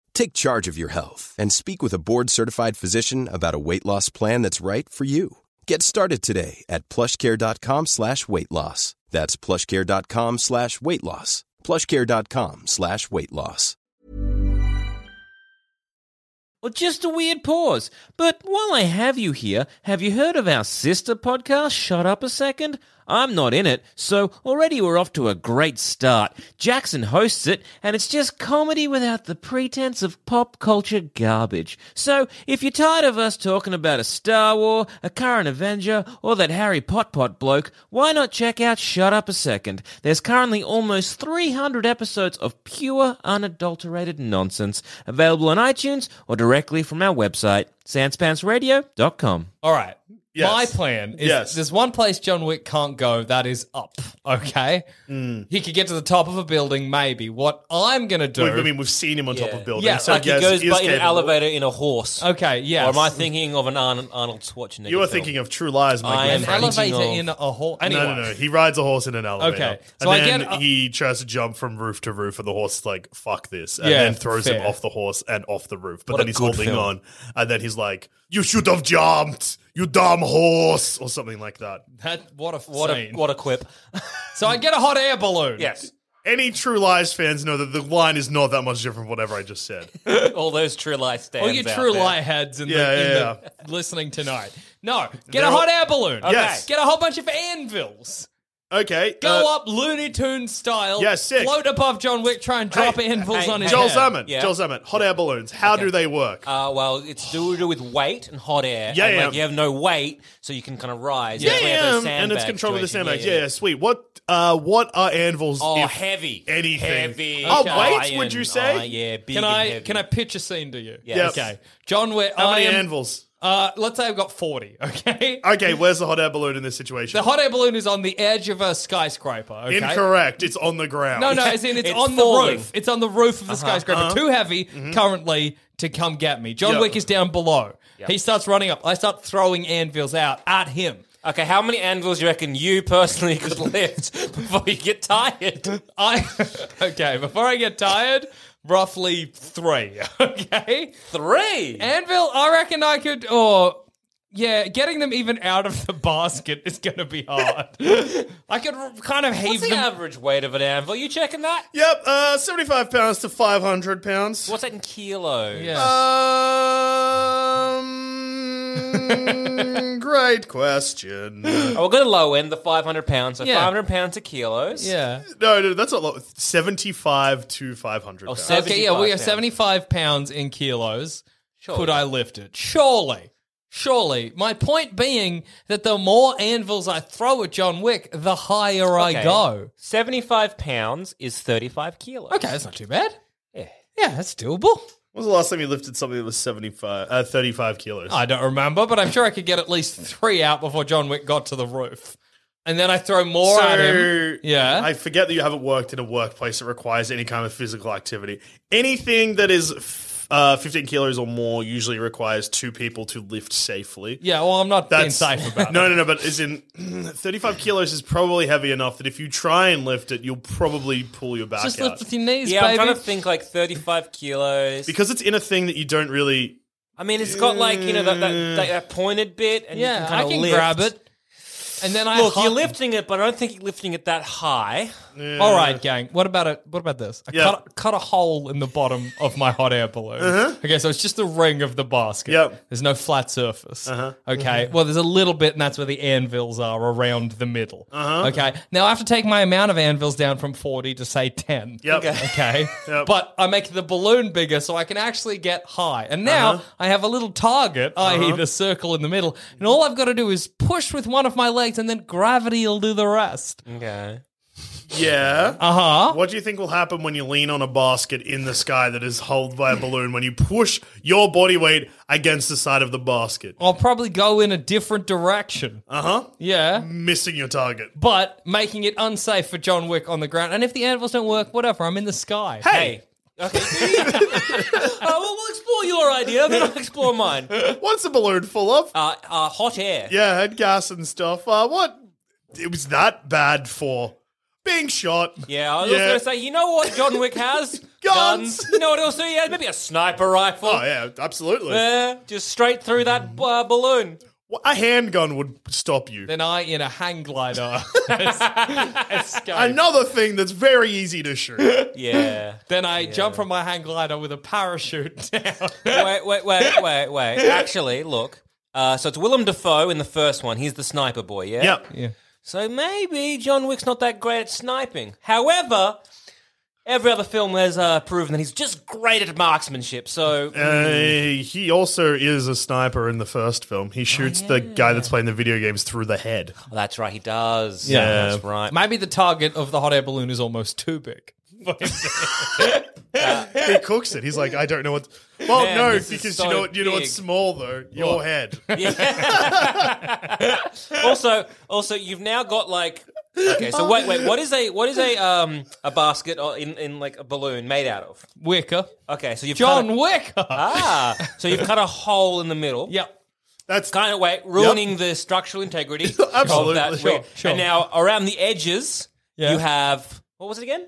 [SPEAKER 7] Take charge of your health and speak with a board-certified physician about a weight loss plan that's right for you. Get started today at plushcare.com slash weight loss. That's plushcare.com slash weight loss. plushcare.com slash weight loss.
[SPEAKER 2] Well, just a weird pause. But while I have you here, have you heard of our sister podcast, Shut Up a Second? I'm not in it, so already we're off to a great start. Jackson hosts it, and it's just comedy without the pretense of pop culture garbage. So if you're tired of us talking about a Star War, a current Avenger, or that Harry Potpot bloke, why not check out Shut Up a Second? There's currently almost 300 episodes of pure, unadulterated nonsense available on iTunes or directly from our website, sanspantsradio.com.
[SPEAKER 5] All right.
[SPEAKER 2] Yes.
[SPEAKER 5] My plan is
[SPEAKER 2] Yes.
[SPEAKER 5] there's one place John Wick can't go, that is up. Okay.
[SPEAKER 3] Mm.
[SPEAKER 5] He could get to the top of a building, maybe. What I'm going to do.
[SPEAKER 3] We- I mean, we've seen him on top of buildings.
[SPEAKER 5] Yeah,
[SPEAKER 3] so
[SPEAKER 5] like he
[SPEAKER 3] yes,
[SPEAKER 5] goes
[SPEAKER 3] he is
[SPEAKER 5] by in an
[SPEAKER 3] capable.
[SPEAKER 5] elevator.
[SPEAKER 4] Elevator in a horse.
[SPEAKER 5] Okay, yes.
[SPEAKER 4] Or am I thinking of an Arn- Arnold Schwarzenegger?
[SPEAKER 3] You are
[SPEAKER 4] film?
[SPEAKER 3] thinking of True Lies, my
[SPEAKER 4] I
[SPEAKER 3] good
[SPEAKER 4] am
[SPEAKER 3] friend.
[SPEAKER 4] thinking of-
[SPEAKER 5] horse.
[SPEAKER 3] No, no,
[SPEAKER 5] Anyway.
[SPEAKER 3] no. He rides a horse in an elevator.
[SPEAKER 5] Okay,
[SPEAKER 3] and
[SPEAKER 5] so I
[SPEAKER 3] then
[SPEAKER 5] get- uh,
[SPEAKER 3] he tries to jump from roof to roof, and the horse is like, fuck this. And
[SPEAKER 5] Yeah,
[SPEAKER 3] then throws him
[SPEAKER 5] fair.
[SPEAKER 3] off the horse and off the roof. But
[SPEAKER 5] What a
[SPEAKER 3] then he's
[SPEAKER 5] good
[SPEAKER 3] holding
[SPEAKER 5] film.
[SPEAKER 3] on. And then he's like, you should have jumped, you dumb horse, or something like that.
[SPEAKER 5] That, what a
[SPEAKER 3] What a-
[SPEAKER 5] scene.
[SPEAKER 3] what a
[SPEAKER 4] quip.
[SPEAKER 5] so I get a hot air balloon.
[SPEAKER 4] Yes.
[SPEAKER 3] Any True Lies fans know that the line is not that much different from whatever I just said.
[SPEAKER 4] all those true lie stands.
[SPEAKER 5] All you
[SPEAKER 4] out
[SPEAKER 5] true
[SPEAKER 4] there.
[SPEAKER 5] lie heads in,
[SPEAKER 3] Yeah,
[SPEAKER 5] the, in
[SPEAKER 3] yeah,
[SPEAKER 5] the listening tonight. No, get
[SPEAKER 3] They're
[SPEAKER 5] a hot
[SPEAKER 3] all-
[SPEAKER 5] air balloon.
[SPEAKER 3] Yes.
[SPEAKER 5] Get a whole bunch of anvils.
[SPEAKER 3] Okay.
[SPEAKER 5] Go
[SPEAKER 3] uh,
[SPEAKER 5] up Looney Tune style.
[SPEAKER 3] Yeah, sick.
[SPEAKER 5] Float above John Wick, try and drop anvils on his
[SPEAKER 3] Joel
[SPEAKER 5] head.
[SPEAKER 3] Zaman. Joel Zaman. Hot air balloons. How do they work?
[SPEAKER 4] Uh, well, it's to do with weight and hot air.
[SPEAKER 3] Yeah,
[SPEAKER 4] and,
[SPEAKER 3] yeah.
[SPEAKER 4] Like, you have no weight, so you can kind of rise.
[SPEAKER 3] Yeah,
[SPEAKER 4] It's like
[SPEAKER 3] yeah,
[SPEAKER 4] those
[SPEAKER 3] um, and it's
[SPEAKER 4] sandbag
[SPEAKER 3] controlling the
[SPEAKER 4] situation.
[SPEAKER 3] sandbags. Yeah, yeah, sweet. What uh, what are anvils?
[SPEAKER 4] Oh,
[SPEAKER 3] if
[SPEAKER 4] heavy.
[SPEAKER 3] Anything.
[SPEAKER 4] Heavy.
[SPEAKER 3] Oh,
[SPEAKER 4] Okay.
[SPEAKER 3] weights?
[SPEAKER 4] Iron.
[SPEAKER 3] Would you say?
[SPEAKER 4] Oh, yeah, big
[SPEAKER 5] Can
[SPEAKER 4] and
[SPEAKER 5] I
[SPEAKER 4] heavy.
[SPEAKER 5] can I pitch a scene to you?
[SPEAKER 3] Yes.
[SPEAKER 5] Okay. John Wick.
[SPEAKER 3] How
[SPEAKER 5] I
[SPEAKER 3] many
[SPEAKER 5] am-
[SPEAKER 3] anvils?
[SPEAKER 5] Uh, let's say I've got forty. Okay.
[SPEAKER 3] Okay, where's the hot air balloon in this situation?
[SPEAKER 5] The hot air balloon is on the edge of a skyscraper. Okay?
[SPEAKER 3] Incorrect. It's on the ground.
[SPEAKER 5] No, no, as in it's, on the
[SPEAKER 3] falling.
[SPEAKER 5] roof. It's on the roof of the
[SPEAKER 3] Uh-huh.
[SPEAKER 5] skyscraper.
[SPEAKER 3] Uh-huh.
[SPEAKER 5] Too heavy currently to come get me. John
[SPEAKER 4] Yep.
[SPEAKER 5] Wick is down below.
[SPEAKER 4] Yep.
[SPEAKER 5] He starts running up. I start throwing anvils out at him.
[SPEAKER 4] Okay, how many anvils do you reckon you personally could lift before you get tired?
[SPEAKER 5] I okay. Before I get tired, roughly three. Okay,
[SPEAKER 4] three
[SPEAKER 5] anvil. I reckon I could. Or yeah, getting them even out of the basket is going to be hard. I could r- kind of heave
[SPEAKER 4] What's the
[SPEAKER 5] them.
[SPEAKER 4] average weight of an anvil? You checking that?
[SPEAKER 3] Yep, uh, 75 pounds to 500 pounds.
[SPEAKER 4] What's that in kilos?
[SPEAKER 3] Um, great question.
[SPEAKER 4] Oh, we'll go to low end, the 500 pounds. So
[SPEAKER 3] Yeah.
[SPEAKER 4] 500 pounds to kilos.
[SPEAKER 3] No, no, that's not low. 75 to 500 pounds.
[SPEAKER 5] okay, yeah, we are seventy-five pounds in kilos.
[SPEAKER 3] Surely.
[SPEAKER 5] Could I lift it? Surely, surely. My point being that the more anvils I throw at John Wick, the higher I
[SPEAKER 4] Okay.
[SPEAKER 5] go.
[SPEAKER 4] 75 pounds is 35 kilos.
[SPEAKER 5] Okay, that's not too bad.
[SPEAKER 4] Yeah.
[SPEAKER 5] Yeah, that's doable.
[SPEAKER 3] When was the last time you lifted something that was 75, uh, 35 kilos?
[SPEAKER 5] I don't remember, but I'm sure I could get at least three out before John Wick got to the roof. And then I throw more
[SPEAKER 3] so,
[SPEAKER 5] at him. Yeah.
[SPEAKER 3] I forget that you haven't worked in a workplace that requires any kind of physical activity. Anything that is f- uh, 15 kilos or more usually requires two people to lift safely.
[SPEAKER 5] yeah, well, I'm not
[SPEAKER 3] That's
[SPEAKER 5] being safe about
[SPEAKER 3] no,
[SPEAKER 5] it.
[SPEAKER 3] no, no. But as in, thirty-five kilos is probably heavy enough that if you try and lift it, you'll probably pull your back out
[SPEAKER 5] your knees,
[SPEAKER 4] yeah, I'm
[SPEAKER 5] baby.
[SPEAKER 4] trying to think like 35 kilos.
[SPEAKER 3] because it's in a thing that you don't really.
[SPEAKER 4] I mean, it's got like, you know, that, that, that, that pointed bit. And
[SPEAKER 5] Yeah,
[SPEAKER 4] you can
[SPEAKER 5] I can
[SPEAKER 4] lift.
[SPEAKER 5] grab it. And then I
[SPEAKER 4] Look,
[SPEAKER 5] hop-
[SPEAKER 4] you're lifting it, but I don't think you're lifting it that high.
[SPEAKER 5] All right, gang. What about it? What about this? I
[SPEAKER 4] Yeah.
[SPEAKER 5] cut, cut a hole in the bottom of my hot air balloon.
[SPEAKER 4] Uh-huh.
[SPEAKER 5] Okay, so it's just the ring of the basket.
[SPEAKER 3] Yep. Mm-hmm.
[SPEAKER 5] There's no flat surface. Uh-huh. Okay. Well, there's a little bit, and that's where the anvils are around the middle.
[SPEAKER 3] Uh-huh.
[SPEAKER 5] Okay. Now I have to take my amount of anvils down from 40 to say 10.
[SPEAKER 3] Yep.
[SPEAKER 5] Okay.
[SPEAKER 3] Okay. Yep.
[SPEAKER 5] But I make the balloon bigger so I can actually get high. And now
[SPEAKER 3] Uh-huh.
[SPEAKER 5] I have a little target, i.e.,
[SPEAKER 3] Uh-huh.
[SPEAKER 5] the circle in the middle, and all I've got to do is push with one of my legs legs, and then gravity will do the rest.
[SPEAKER 2] Okay.
[SPEAKER 3] Yeah.
[SPEAKER 5] Uh huh.
[SPEAKER 3] What do you think will happen when you lean on a basket in the sky that is held by a balloon when you push your body weight against the side of the basket?
[SPEAKER 5] I'll probably go in a different direction.
[SPEAKER 3] Uh
[SPEAKER 4] Uh-huh.
[SPEAKER 3] huh.
[SPEAKER 5] Yeah.
[SPEAKER 3] Missing your target.
[SPEAKER 5] But making it unsafe for John Wick on the ground. And if the anvils don't work, whatever, I'm in the sky.
[SPEAKER 4] Hey. Uh, we'll, we'll explore your idea, then I'll explore mine.
[SPEAKER 3] What's the balloon full of?
[SPEAKER 4] Uh, uh, hot air.
[SPEAKER 3] Yeah, head gas and stuff. Uh, what? It was that bad for being shot.
[SPEAKER 4] Yeah, I was
[SPEAKER 3] Yeah.
[SPEAKER 4] going to say, you know what John Wick has?
[SPEAKER 3] Guns.
[SPEAKER 4] You know what else he has? Maybe a sniper rifle.
[SPEAKER 3] Oh yeah, absolutely.
[SPEAKER 4] Yeah, just straight through that uh, balloon.
[SPEAKER 3] Well, A handgun would stop you.
[SPEAKER 5] Then I in a hang glider. escape.
[SPEAKER 3] Another thing that's very easy to shoot.
[SPEAKER 4] Yeah.
[SPEAKER 5] Then I jump from my hang glider with a parachute down.
[SPEAKER 4] wait, wait, wait, wait, wait. Actually, look. Uh, so it's Willem Dafoe in the first one. He's the sniper boy, yeah?
[SPEAKER 3] Yep.
[SPEAKER 5] Yeah.
[SPEAKER 4] So maybe John Wick's not that great at sniping. However, every other film has uh, proven that he's just great at marksmanship. So
[SPEAKER 3] Uh, he also is a sniper in the first film. He shoots the guy that's playing the video games through the head.
[SPEAKER 4] Oh, that's right, he does.
[SPEAKER 3] Yeah.
[SPEAKER 4] that's right.
[SPEAKER 5] Maybe the target of the hot air balloon is almost too big.
[SPEAKER 3] he cooks it. He's like, I don't know what. Well,
[SPEAKER 4] Man,
[SPEAKER 3] no,
[SPEAKER 4] this is
[SPEAKER 3] because
[SPEAKER 4] so
[SPEAKER 3] you know what, you know what's
[SPEAKER 4] big.
[SPEAKER 3] small though. Your head.
[SPEAKER 4] also, also, you've now got like. Okay, so wait, wait. What is a what is a um a basket or in in like a balloon made out of?
[SPEAKER 5] Wicker.
[SPEAKER 4] Okay, so you've
[SPEAKER 5] John
[SPEAKER 4] cut a,
[SPEAKER 5] Wicker.
[SPEAKER 4] ah, so you've cut a hole in the middle.
[SPEAKER 5] Yep.
[SPEAKER 3] That's
[SPEAKER 4] kind of way ruining the structural integrity
[SPEAKER 3] Absolutely.
[SPEAKER 4] of that
[SPEAKER 3] Sure,
[SPEAKER 4] wheel.
[SPEAKER 5] sure.
[SPEAKER 4] And now around the edges,
[SPEAKER 5] Yeah.
[SPEAKER 4] you have what was it again?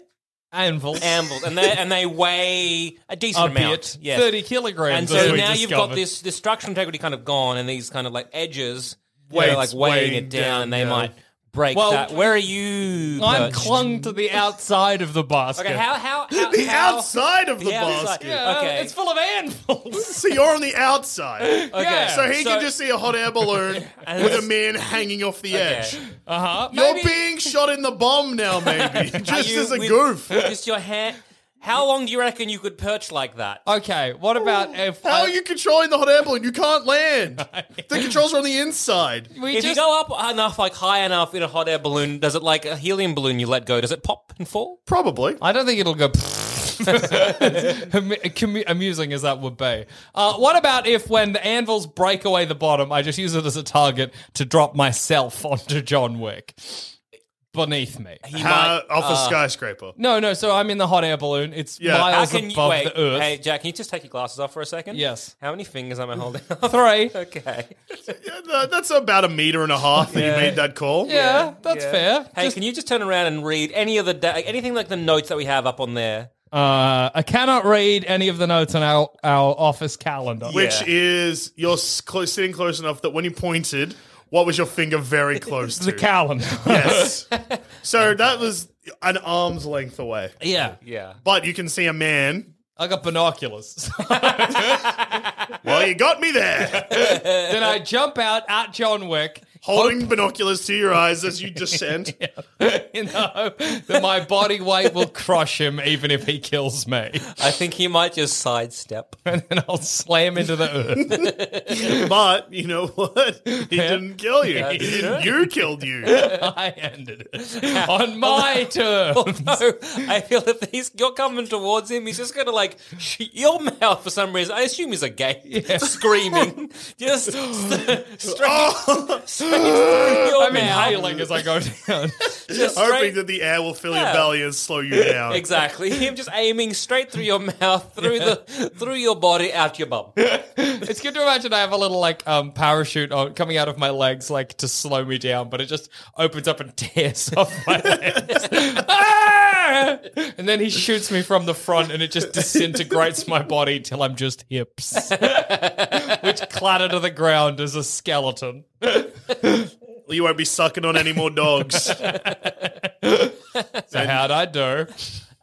[SPEAKER 5] Anvil.
[SPEAKER 4] Anvils, and they and they weigh a decent
[SPEAKER 5] a
[SPEAKER 4] amount,
[SPEAKER 5] bit.
[SPEAKER 4] yes.
[SPEAKER 5] 30 kilograms.
[SPEAKER 4] And
[SPEAKER 5] as
[SPEAKER 4] so
[SPEAKER 5] we
[SPEAKER 4] now you've got
[SPEAKER 5] discovered.
[SPEAKER 4] this this structural integrity kind of gone, and these kind of like edges,
[SPEAKER 3] Weights
[SPEAKER 4] they're like weighing
[SPEAKER 3] weighing
[SPEAKER 4] it down,
[SPEAKER 3] down,
[SPEAKER 4] and they
[SPEAKER 3] yeah.
[SPEAKER 4] might break
[SPEAKER 5] Well,
[SPEAKER 4] that. Where are you?
[SPEAKER 5] I'm
[SPEAKER 4] perched?
[SPEAKER 5] clung to the outside of the basket.
[SPEAKER 4] Okay, how how, how
[SPEAKER 3] The
[SPEAKER 4] how-
[SPEAKER 3] outside of the,
[SPEAKER 4] the outside.
[SPEAKER 3] basket.
[SPEAKER 5] Yeah,
[SPEAKER 4] Okay.
[SPEAKER 5] It's full of anvils.
[SPEAKER 3] So you're on the outside. Okay.
[SPEAKER 5] Yeah.
[SPEAKER 3] So he
[SPEAKER 4] So-
[SPEAKER 3] can just see a hot air balloon with a man hanging off the edge.
[SPEAKER 5] Uh huh.
[SPEAKER 3] You're being shot in the bomb now, maybe. just
[SPEAKER 4] you
[SPEAKER 3] as a
[SPEAKER 4] with-
[SPEAKER 3] goof.
[SPEAKER 4] Just your hand. How long do you reckon you could perch like that?
[SPEAKER 5] Okay, what about if.
[SPEAKER 3] How
[SPEAKER 5] I-
[SPEAKER 3] are you controlling the hot air balloon? You can't land. The controls are on the inside.
[SPEAKER 5] We
[SPEAKER 4] If
[SPEAKER 5] just,
[SPEAKER 4] you go up enough, like high enough in a hot air balloon, does it like a helium balloon you let go? Does it pop and fall?
[SPEAKER 3] Probably.
[SPEAKER 5] I don't think it'll go. Amu- commu- amusing as that would be. Uh, what about if, when the anvils break away the bottom, I just use it as a target to drop myself onto John Wick beneath me?
[SPEAKER 4] He
[SPEAKER 3] How,
[SPEAKER 4] might.
[SPEAKER 3] Uh,
[SPEAKER 4] uh,
[SPEAKER 3] off a skyscraper.
[SPEAKER 5] No, no. So I'm in the hot air balloon. It's
[SPEAKER 3] Yeah.
[SPEAKER 4] How
[SPEAKER 5] miles
[SPEAKER 4] can you
[SPEAKER 5] above
[SPEAKER 4] wait?
[SPEAKER 5] the earth.
[SPEAKER 4] Hey, Jack, can you just take your glasses off for a second?
[SPEAKER 5] Yes.
[SPEAKER 4] How many fingers am I holding? up?
[SPEAKER 5] Three.
[SPEAKER 4] Okay.
[SPEAKER 3] Yeah, tha- That's about a meter and a half that you made that call.
[SPEAKER 5] Yeah, that's fair.
[SPEAKER 4] Hey, can you just turn around and read any of the da- anything like the notes that we have up on there?
[SPEAKER 5] Uh, I cannot read any of the notes on our, our office calendar.
[SPEAKER 3] Which
[SPEAKER 4] Yeah.
[SPEAKER 3] is you're s- clo- sitting close enough that when you pointed, what was your finger very close to?
[SPEAKER 5] the calendar.
[SPEAKER 3] Yes. so that was an arm's length away.
[SPEAKER 5] yeah.
[SPEAKER 4] Yeah.
[SPEAKER 3] But you can see a man.
[SPEAKER 5] I got binoculars.
[SPEAKER 3] Well, you got me there.
[SPEAKER 5] then I jump out at John Wick
[SPEAKER 3] Holding binoculars to your eyes as you descend.
[SPEAKER 5] in the hope that my body weight will crush him even if he kills me.
[SPEAKER 4] I think he might just sidestep.
[SPEAKER 5] And then I'll slam into the earth.
[SPEAKER 3] But you know what? He didn't kill you. you killed you.
[SPEAKER 5] I ended it on my turn.
[SPEAKER 4] Although I feel if he's you're coming towards him, he's just gonna like shoot your mouth for some reason. I assume he's a gay screaming, just straight, straight through your
[SPEAKER 5] I'm
[SPEAKER 4] mouth.
[SPEAKER 5] inhaling as I go down.
[SPEAKER 4] Just
[SPEAKER 3] Hoping
[SPEAKER 4] straight-
[SPEAKER 3] that the air will fill your
[SPEAKER 4] Yeah.
[SPEAKER 3] belly and slow you down.
[SPEAKER 4] exactly him just aiming straight through your mouth, through the through your body, out your bum.
[SPEAKER 5] It's good to imagine I have a little like um parachute on, coming out of my legs, like to slow me down, but it just opens up and tears off my legs. Ah! and then he shoots me from the front, and it just disintegrates my body till I'm just hips, which clatter to the ground as a skeleton.
[SPEAKER 3] You won't be sucking on any more dogs.
[SPEAKER 5] So how'd I do?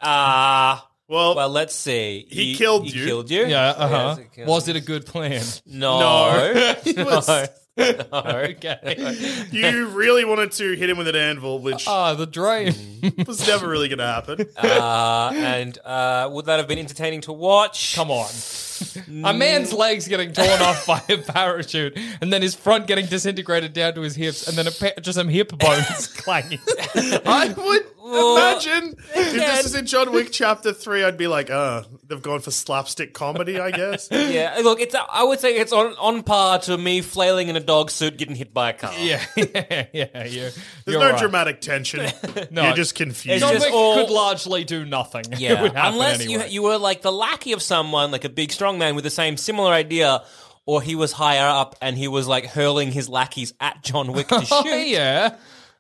[SPEAKER 4] Ah.
[SPEAKER 3] Well,
[SPEAKER 4] well, let's see.
[SPEAKER 3] he killed you.
[SPEAKER 4] Killed you.
[SPEAKER 5] Yeah, uh
[SPEAKER 3] uh-huh.
[SPEAKER 5] huh.
[SPEAKER 4] Yes, it counts.
[SPEAKER 5] Was it a good plan?
[SPEAKER 4] No.
[SPEAKER 3] he was-
[SPEAKER 5] Okay.
[SPEAKER 3] you really wanted to hit him with an anvil, which
[SPEAKER 5] Ah, the dream.
[SPEAKER 4] Mm.
[SPEAKER 3] was never really going to happen.
[SPEAKER 4] Uh, and uh, would that have been entertaining to watch?
[SPEAKER 5] Come on. A man's legs getting torn off by a parachute, and then his front getting disintegrated down to his hips, and then a pa- just some hip bones clanging.
[SPEAKER 3] I would imagine if this is in John Wick Chapter Three, I'd be like, uh, they've gone for slapstick comedy, I guess.
[SPEAKER 4] Yeah, look, it's. I would say it's on, on par to me flailing in a dog suit, getting hit by a car.
[SPEAKER 5] Yeah, yeah, yeah. You're,
[SPEAKER 3] There's no dramatic tension.
[SPEAKER 5] No,
[SPEAKER 3] You're just confused.
[SPEAKER 5] John
[SPEAKER 4] just
[SPEAKER 5] Wick
[SPEAKER 4] all-
[SPEAKER 5] could largely do nothing. It
[SPEAKER 4] Yeah,
[SPEAKER 5] would happen
[SPEAKER 4] unless
[SPEAKER 5] anyway.
[SPEAKER 4] you you were like the lackey of someone, like a big strong man with the same similar idea, or he was higher up and he was like hurling his lackeys at John Wick to shoot.
[SPEAKER 5] Oh, yeah.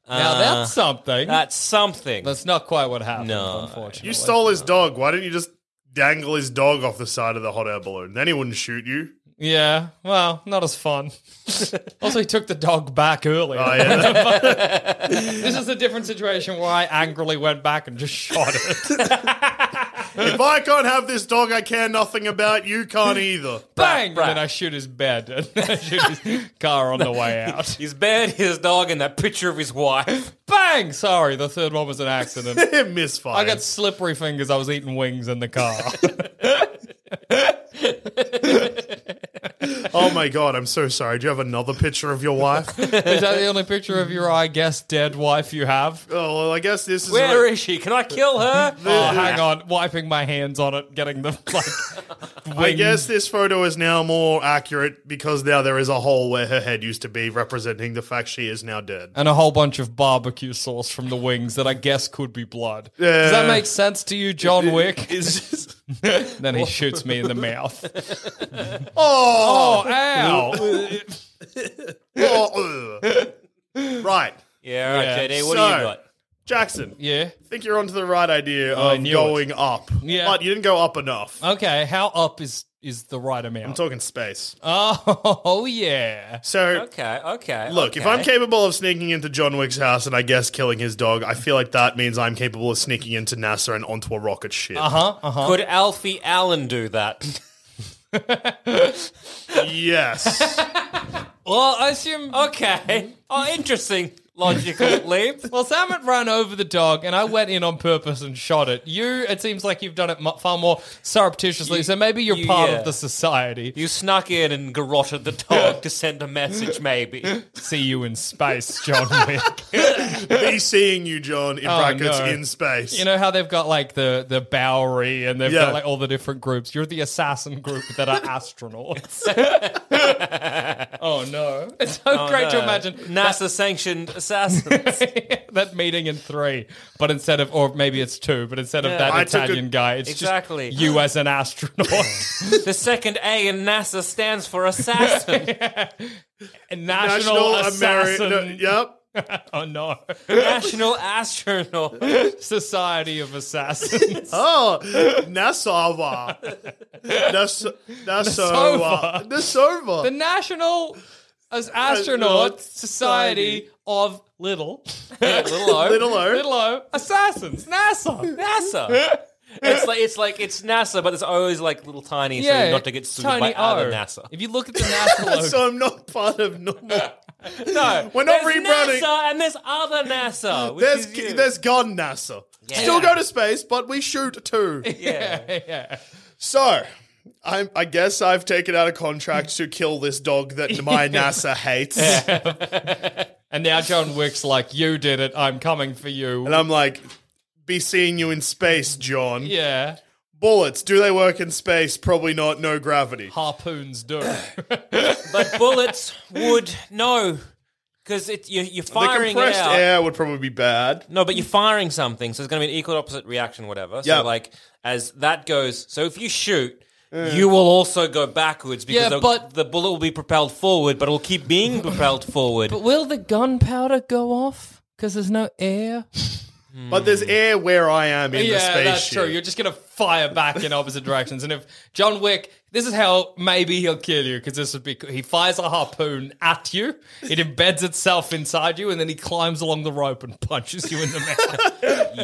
[SPEAKER 5] Now
[SPEAKER 4] Uh,
[SPEAKER 5] that's something.
[SPEAKER 4] That's something.
[SPEAKER 5] That's not quite what happened, unfortunately.
[SPEAKER 3] You stole his dog. Why didn't you just dangle his dog off the side of the hot air balloon? Then he wouldn't shoot you.
[SPEAKER 5] Yeah, well, not as fun. also, he took the dog back early.
[SPEAKER 3] Oh, yeah.
[SPEAKER 5] this is a different situation where I angrily went back and just shot it.
[SPEAKER 3] if I can't have this dog, I care nothing about. You can't either.
[SPEAKER 5] Bang! And then I shoot his bed and I shoot his car on the way out.
[SPEAKER 4] His bed, his dog, and that picture of his wife.
[SPEAKER 5] Bang! Sorry, the third one was an accident.
[SPEAKER 3] Misfire.
[SPEAKER 5] I got slippery fingers. I was eating wings in the car.
[SPEAKER 3] Oh my god, I'm so sorry. Do you have another picture of your wife?
[SPEAKER 5] is that the only picture of your, I guess, dead wife you have?
[SPEAKER 3] Oh, well, I guess this is.
[SPEAKER 5] Where is
[SPEAKER 3] like-
[SPEAKER 4] she? Can I kill her?
[SPEAKER 5] Oh, hang on. Wiping my hands on it, getting them like.
[SPEAKER 3] I guess this photo is now more accurate because now there is a hole where her head used to be, representing the fact she is now dead.
[SPEAKER 5] and a whole bunch of barbecue sauce from the wings that I guess could be blood. Does that
[SPEAKER 3] Yeah.
[SPEAKER 5] make sense to you, John Wick? then he shoots me in the mouth.
[SPEAKER 3] Oh,
[SPEAKER 5] Oh, ow.
[SPEAKER 3] Oh, ugh. right.
[SPEAKER 4] Yeah, all right, JD, what
[SPEAKER 3] so,
[SPEAKER 4] do you got?
[SPEAKER 3] Jackson.
[SPEAKER 5] Yeah.
[SPEAKER 3] I think you're onto the right idea
[SPEAKER 5] I
[SPEAKER 3] of
[SPEAKER 5] knew
[SPEAKER 3] going up.
[SPEAKER 5] Yeah.
[SPEAKER 3] But you didn't go up enough.
[SPEAKER 5] Okay, how up is is the right amount?
[SPEAKER 3] I'm talking space.
[SPEAKER 5] oh, oh yeah.
[SPEAKER 3] So
[SPEAKER 4] Okay, okay.
[SPEAKER 3] Look, if
[SPEAKER 4] okay.
[SPEAKER 3] I'm capable of sneaking into John Wick's house and I guess killing his dog, I feel like that means I'm capable of sneaking into NASA and onto a rocket ship.
[SPEAKER 5] Uh huh. Uh huh.
[SPEAKER 4] Could Alfie Allen do that?
[SPEAKER 3] Yes.
[SPEAKER 5] Well, I assume.
[SPEAKER 4] Okay. Oh, interesting. Logical leap.
[SPEAKER 5] Well, Sam had run over the dog, and I went in on purpose and shot it. You, it seems like you've done it mu- far more surreptitiously. so maybe you're
[SPEAKER 4] you-
[SPEAKER 5] part
[SPEAKER 4] yeah.
[SPEAKER 5] of the society.
[SPEAKER 4] You snuck in and garroted the dog to send a message, maybe.
[SPEAKER 5] See you in space, John Wick.
[SPEAKER 3] Me seeing you, John, in
[SPEAKER 5] Oh,
[SPEAKER 3] brackets,
[SPEAKER 5] no.
[SPEAKER 3] in space.
[SPEAKER 5] You know how they've got like the the Bowery and they've
[SPEAKER 3] Yeah.
[SPEAKER 5] got like all the different groups. You're the assassin group that are astronauts. oh no! It's so great to imagine
[SPEAKER 4] NASA sanctioned assassins.
[SPEAKER 5] that meeting in three, but instead of or maybe it's two, but instead of that
[SPEAKER 3] I took a-
[SPEAKER 5] Italian guy, it's
[SPEAKER 4] Exactly.
[SPEAKER 5] just you as an astronaut.
[SPEAKER 4] the second A in NASA stands for assassin.
[SPEAKER 5] A National,
[SPEAKER 3] Ameri-
[SPEAKER 5] assassin.
[SPEAKER 3] no, yep.
[SPEAKER 5] Oh no!
[SPEAKER 4] National astronaut.
[SPEAKER 5] Society of assassins.
[SPEAKER 3] Oh, Nasava. Nas- Nasova. Nasova.
[SPEAKER 5] the National as Astronaut
[SPEAKER 3] Astronaut
[SPEAKER 5] Society of Little
[SPEAKER 4] Little O.
[SPEAKER 3] Little O.
[SPEAKER 5] Little O Assassins NASA.
[SPEAKER 4] NASA. It's like it's like it's NASA, but it's always like little tiny, so
[SPEAKER 5] Yeah,
[SPEAKER 4] so not to get sued by
[SPEAKER 5] tiny
[SPEAKER 4] other
[SPEAKER 5] O.
[SPEAKER 4] NASA.
[SPEAKER 5] If you look at the NASA logo,
[SPEAKER 3] so I'm not part of normal.
[SPEAKER 4] No,
[SPEAKER 3] We're not
[SPEAKER 4] there's
[SPEAKER 3] rebranding.
[SPEAKER 4] NASA and there's other NASA. Which
[SPEAKER 3] There's
[SPEAKER 4] is you.
[SPEAKER 3] there's gone NASA.
[SPEAKER 4] Yeah.
[SPEAKER 3] Still go to space, but we shoot too.
[SPEAKER 5] yeah, yeah.
[SPEAKER 3] So, I'm, I guess I've taken out a contract to kill this dog that my NASA hates.
[SPEAKER 5] And now John Wick's like, "You did it. I'm coming for you."
[SPEAKER 3] And I'm like, be seeing you in space, John.
[SPEAKER 5] yeah,
[SPEAKER 3] Bullets, do they work in space? Probably not, no gravity.
[SPEAKER 5] harpoons do.
[SPEAKER 4] but bullets would no, because it you, you're
[SPEAKER 3] The
[SPEAKER 4] firing it
[SPEAKER 3] compressed
[SPEAKER 4] out.
[SPEAKER 3] air would probably be bad.
[SPEAKER 4] No, but you're firing something, so it's going to be an equal opposite reaction, whatever. So
[SPEAKER 3] Yeah.
[SPEAKER 4] like as that goes, so if you shoot.
[SPEAKER 3] Mm.
[SPEAKER 4] You will also go backwards because
[SPEAKER 5] Yeah,
[SPEAKER 4] the-
[SPEAKER 5] but-
[SPEAKER 4] the bullet will be propelled forward, but it'll keep being propelled forward.
[SPEAKER 5] will the gunpowder go off? Because there's no air.
[SPEAKER 3] But there's air where I am in the
[SPEAKER 5] Mm. yeah,
[SPEAKER 3] spaceship.
[SPEAKER 5] that's true. You're just gonna fire back in opposite directions. And if John Wick, this is how maybe he'll kill you because this would be he fires a harpoon at you, it embeds itself inside you, and then he climbs along the rope and punches you in the mouth.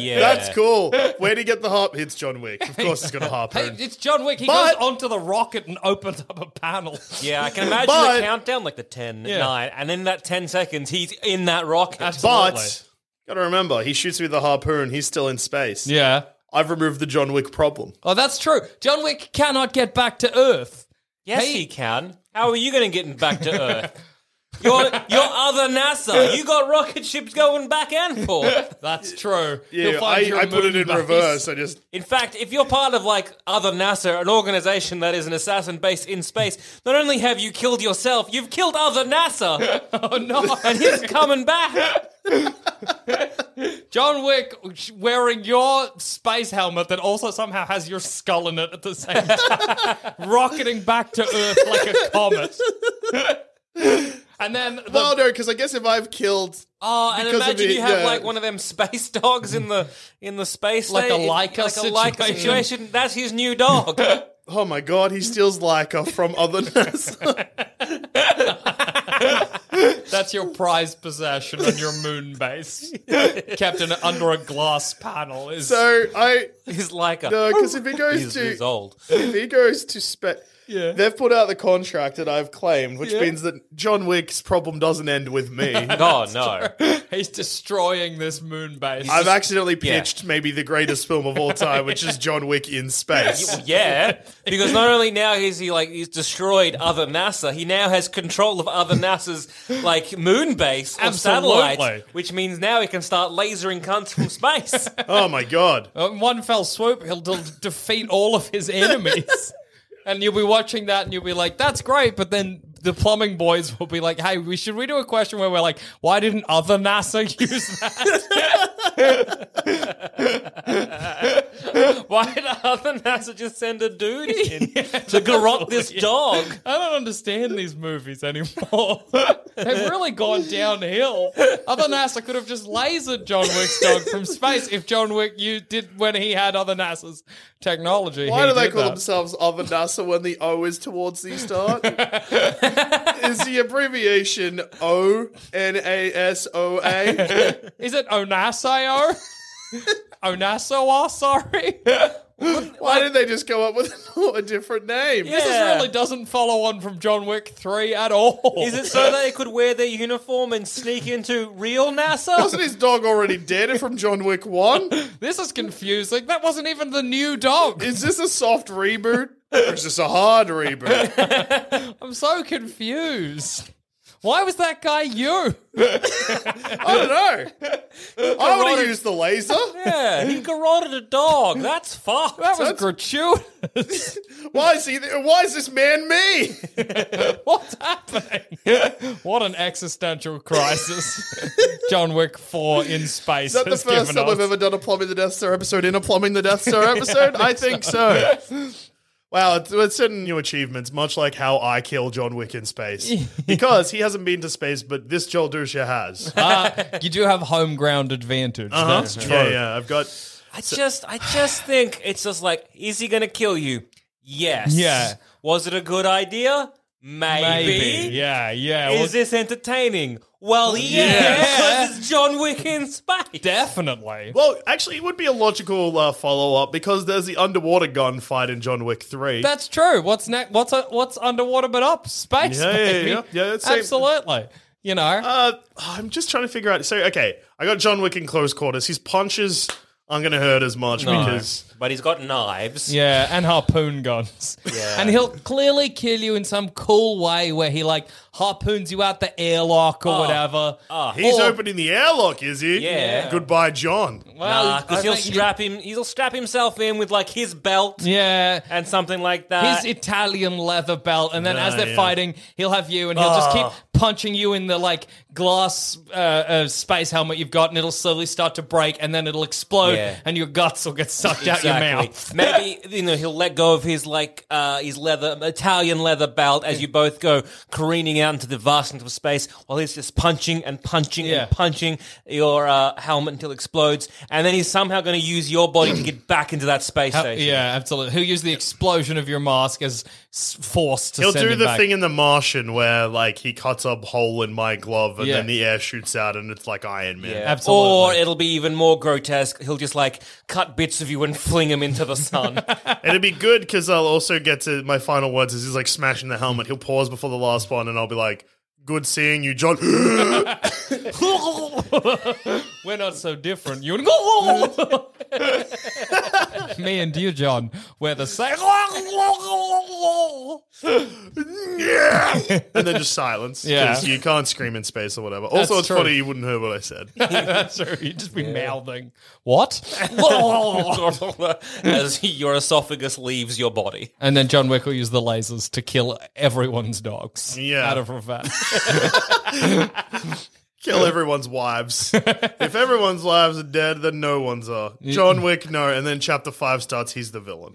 [SPEAKER 4] yeah,
[SPEAKER 3] That's cool. Where'd he get the harp? It's John Wick. Of course he's got a
[SPEAKER 5] hey,
[SPEAKER 3] harpoon.
[SPEAKER 5] it's John Wick. He
[SPEAKER 3] But-
[SPEAKER 5] goes onto the rocket and opens up a panel.
[SPEAKER 4] Yeah, I can imagine
[SPEAKER 3] But-
[SPEAKER 4] the countdown, like the 10,
[SPEAKER 5] Yeah.
[SPEAKER 4] 9, and in that 10 seconds, he's in that rocket.
[SPEAKER 5] Absolutely.
[SPEAKER 3] But, gotta remember, he shoots me with the harpoon. He's still in space.
[SPEAKER 5] yeah,
[SPEAKER 3] I've removed the John Wick problem.
[SPEAKER 5] Oh, that's true. John Wick cannot get back to Earth.
[SPEAKER 4] Yes, he can. How are you going to get him back to Earth? Your your
[SPEAKER 5] uh,
[SPEAKER 4] other NASA. You got rocket ships going back and forth.
[SPEAKER 5] That's true.
[SPEAKER 3] Yeah, You'll find I- your I put it moon in base. reverse. I just-
[SPEAKER 4] In fact, if you're part of like other NASA, an organization that is an assassin based in space, not only have you killed yourself, you've killed other NASA.
[SPEAKER 5] oh no!
[SPEAKER 4] And he's coming back.
[SPEAKER 5] John Wick wearing your space helmet that also somehow has your skull in it at the same time, rocketing back to Earth like a comet. And then, the,
[SPEAKER 3] well, no, because I guess if I've killed,
[SPEAKER 4] Oh, and
[SPEAKER 3] because of
[SPEAKER 4] imagine
[SPEAKER 3] it,
[SPEAKER 4] you have
[SPEAKER 3] yeah.
[SPEAKER 4] like one of them space dogs in the in the space,
[SPEAKER 5] Like a
[SPEAKER 4] station-
[SPEAKER 5] Leica
[SPEAKER 4] like a Leica
[SPEAKER 5] situation.
[SPEAKER 4] situation. That's his new dog.
[SPEAKER 3] Oh my god, he steals Leica from other NASA.
[SPEAKER 5] that's your prized possession on your moon base, kept in, under a glass panel. Is
[SPEAKER 3] so I
[SPEAKER 4] He's like a
[SPEAKER 3] no, because if he goes
[SPEAKER 4] he's,
[SPEAKER 3] to
[SPEAKER 4] he's old.
[SPEAKER 3] if he goes to spec,
[SPEAKER 5] Yeah.
[SPEAKER 3] they've put out the contract that I've claimed, which
[SPEAKER 5] Yeah.
[SPEAKER 3] means that John Wick's problem doesn't end with me.
[SPEAKER 4] No, Oh, no.
[SPEAKER 5] he's destroying this moon base?
[SPEAKER 3] I've accidentally pitched maybe the greatest film of all time, which is John Wick in space.
[SPEAKER 4] Yeah, because not only now is he like he's destroyed other NASA, he now has control of other NASA's like moon base of
[SPEAKER 5] Absolutely.
[SPEAKER 4] satellites, which means now he can start lasering cunts from space.
[SPEAKER 3] Oh my god.
[SPEAKER 5] Uh, In one fell swoop, he'll de- defeat all of his enemies. and you'll be watching that and you'll be like, that's great. But then the plumbing boys will be like, hey, we should we do a question where we're like, why didn't other NASA use that?
[SPEAKER 4] Why did other NASA just send a dude in to garrot this dog?
[SPEAKER 5] I don't understand these movies anymore. They've really gone downhill. Other NASA could have just lasered John Wick's dog from space if John Wick you did when he had other NASA's technology.
[SPEAKER 3] Why
[SPEAKER 5] He
[SPEAKER 3] do they
[SPEAKER 5] did
[SPEAKER 3] call
[SPEAKER 5] that.
[SPEAKER 3] themselves other NASA when the O is towards the start? is the abbreviation O N A S O A?
[SPEAKER 5] Is it Onasio? Onasoa, sorry.
[SPEAKER 3] Why didn't they just go up with a different name?
[SPEAKER 5] This is really doesn't follow on from John Wick 3 at all.
[SPEAKER 4] Is it so they could wear their uniform and sneak into real NASA?
[SPEAKER 3] Wasn't his dog already dead from John Wick 1?
[SPEAKER 5] This is confusing. That wasn't even the new dog.
[SPEAKER 3] Is this a soft reboot? Or is this a hard reboot?
[SPEAKER 5] I'm so confused. Why was that guy you?
[SPEAKER 3] I don't know. I want to use the laser.
[SPEAKER 4] Yeah, he garroted a dog. That's fucked.
[SPEAKER 5] That was gratuitous.
[SPEAKER 3] Why is he? Why is this man me?
[SPEAKER 5] What's happening? what an existential crisis. John Wick 4 in
[SPEAKER 3] Is
[SPEAKER 5] space.
[SPEAKER 3] that the
[SPEAKER 5] has
[SPEAKER 3] first
[SPEAKER 5] given
[SPEAKER 3] time
[SPEAKER 5] us.
[SPEAKER 3] I've ever done a plumbing the Death Star episode in a plumbing the Death Star episode? I think so. Wow, it's, it's certain new achievements, much like how I kill John Wick in space. because he hasn't been to space, but this Joel Dusha has.
[SPEAKER 5] Ah, you do have home ground advantage. That's true.
[SPEAKER 3] Uh-huh. Yeah, yeah, I've got.
[SPEAKER 4] I just, I just think it's just like, is he going to kill you? Yes.
[SPEAKER 5] Yeah.
[SPEAKER 4] Was it a good idea? Maybe.
[SPEAKER 5] Maybe. Yeah, yeah.
[SPEAKER 4] Is
[SPEAKER 5] Well,
[SPEAKER 4] this entertaining? Well, yeah,
[SPEAKER 5] Yeah.
[SPEAKER 4] because it's John Wick in space.
[SPEAKER 5] Definitely.
[SPEAKER 3] Well, actually, it would be a logical uh, follow up because there's the underwater gunfight in John Wick 3.
[SPEAKER 5] That's true. What's next? What's uh, what's underwater but up? Space.
[SPEAKER 3] Yeah, yeah,
[SPEAKER 5] baby.
[SPEAKER 3] yeah. Yeah, it's same-
[SPEAKER 5] absolutely. You know,
[SPEAKER 3] Uh, I'm just trying to figure out. So, okay, I got John Wick in close quarters. His punches aren't going to hurt as much because
[SPEAKER 4] But he's got knives.
[SPEAKER 5] yeah, and harpoon guns.
[SPEAKER 4] Yeah.
[SPEAKER 5] and he'll clearly kill you in some cool way where he like harpoons you out the airlock or whatever.
[SPEAKER 3] he's
[SPEAKER 5] Or-
[SPEAKER 3] opening the airlock, is he?
[SPEAKER 4] Yeah.
[SPEAKER 3] Goodbye, John.
[SPEAKER 4] Nah,
[SPEAKER 5] I
[SPEAKER 4] because he'll
[SPEAKER 5] think-
[SPEAKER 4] strap him. He'll strap himself in with like his belt
[SPEAKER 5] Yeah.
[SPEAKER 4] and something like that.
[SPEAKER 5] His Italian leather belt, and then as
[SPEAKER 3] Ah,
[SPEAKER 5] they're
[SPEAKER 3] Uh, yeah. Ah.
[SPEAKER 5] fighting, he'll have you, and he'll just keep punching you in the like glass uh, uh, space helmet you've got, and it'll slowly start to break, and then it'll explode,
[SPEAKER 4] Yeah.
[SPEAKER 5] and your guts will get sucked out your
[SPEAKER 4] Exactly.
[SPEAKER 5] mouth.
[SPEAKER 4] Maybe you know he'll let go of his like uh, his leather Italian leather belt as you both go careening out into the vastness of space while he's just punching and punching
[SPEAKER 5] Yeah.
[SPEAKER 4] and punching your uh, helmet until it explodes, and then he's somehow going to use your body to get back into that space
[SPEAKER 5] How-
[SPEAKER 4] station.
[SPEAKER 5] yeah, absolutely. Who used the explosion of your mask as s- force to
[SPEAKER 3] He'll
[SPEAKER 5] send
[SPEAKER 3] do
[SPEAKER 5] him
[SPEAKER 3] the
[SPEAKER 5] back.
[SPEAKER 3] thing in The Martian where, like, he cuts a hole in my glove and
[SPEAKER 5] Yeah.
[SPEAKER 3] then the air shoots out and it's like Iron Man.
[SPEAKER 4] Yeah.
[SPEAKER 5] Absolutely.
[SPEAKER 4] Or it'll be even more grotesque. He'll just like cut bits of you and fling them into the sun.
[SPEAKER 3] And it'd be good because I'll also get to my final words as he's like smashing the helmet. He'll pause before the last one and I'll be like, Good seeing you, John.
[SPEAKER 5] We're not so different. You and like me and you, John, where the same.
[SPEAKER 3] and then just silence.
[SPEAKER 5] Yeah.
[SPEAKER 3] 'cause you can't scream in space or whatever.
[SPEAKER 5] That's
[SPEAKER 3] Also, it's
[SPEAKER 5] true.
[SPEAKER 3] funny you wouldn't hear what I said.
[SPEAKER 5] That's true. You'd just be mouthing. What?
[SPEAKER 4] As your esophagus leaves your body.
[SPEAKER 5] And then John Wick will use the lasers to kill everyone's dogs.
[SPEAKER 3] Yeah.
[SPEAKER 5] Out of revenge.
[SPEAKER 3] Kill everyone's wives. if everyone's lives are dead, then no one's are. John Wick, no. And then chapter five starts. He's the villain.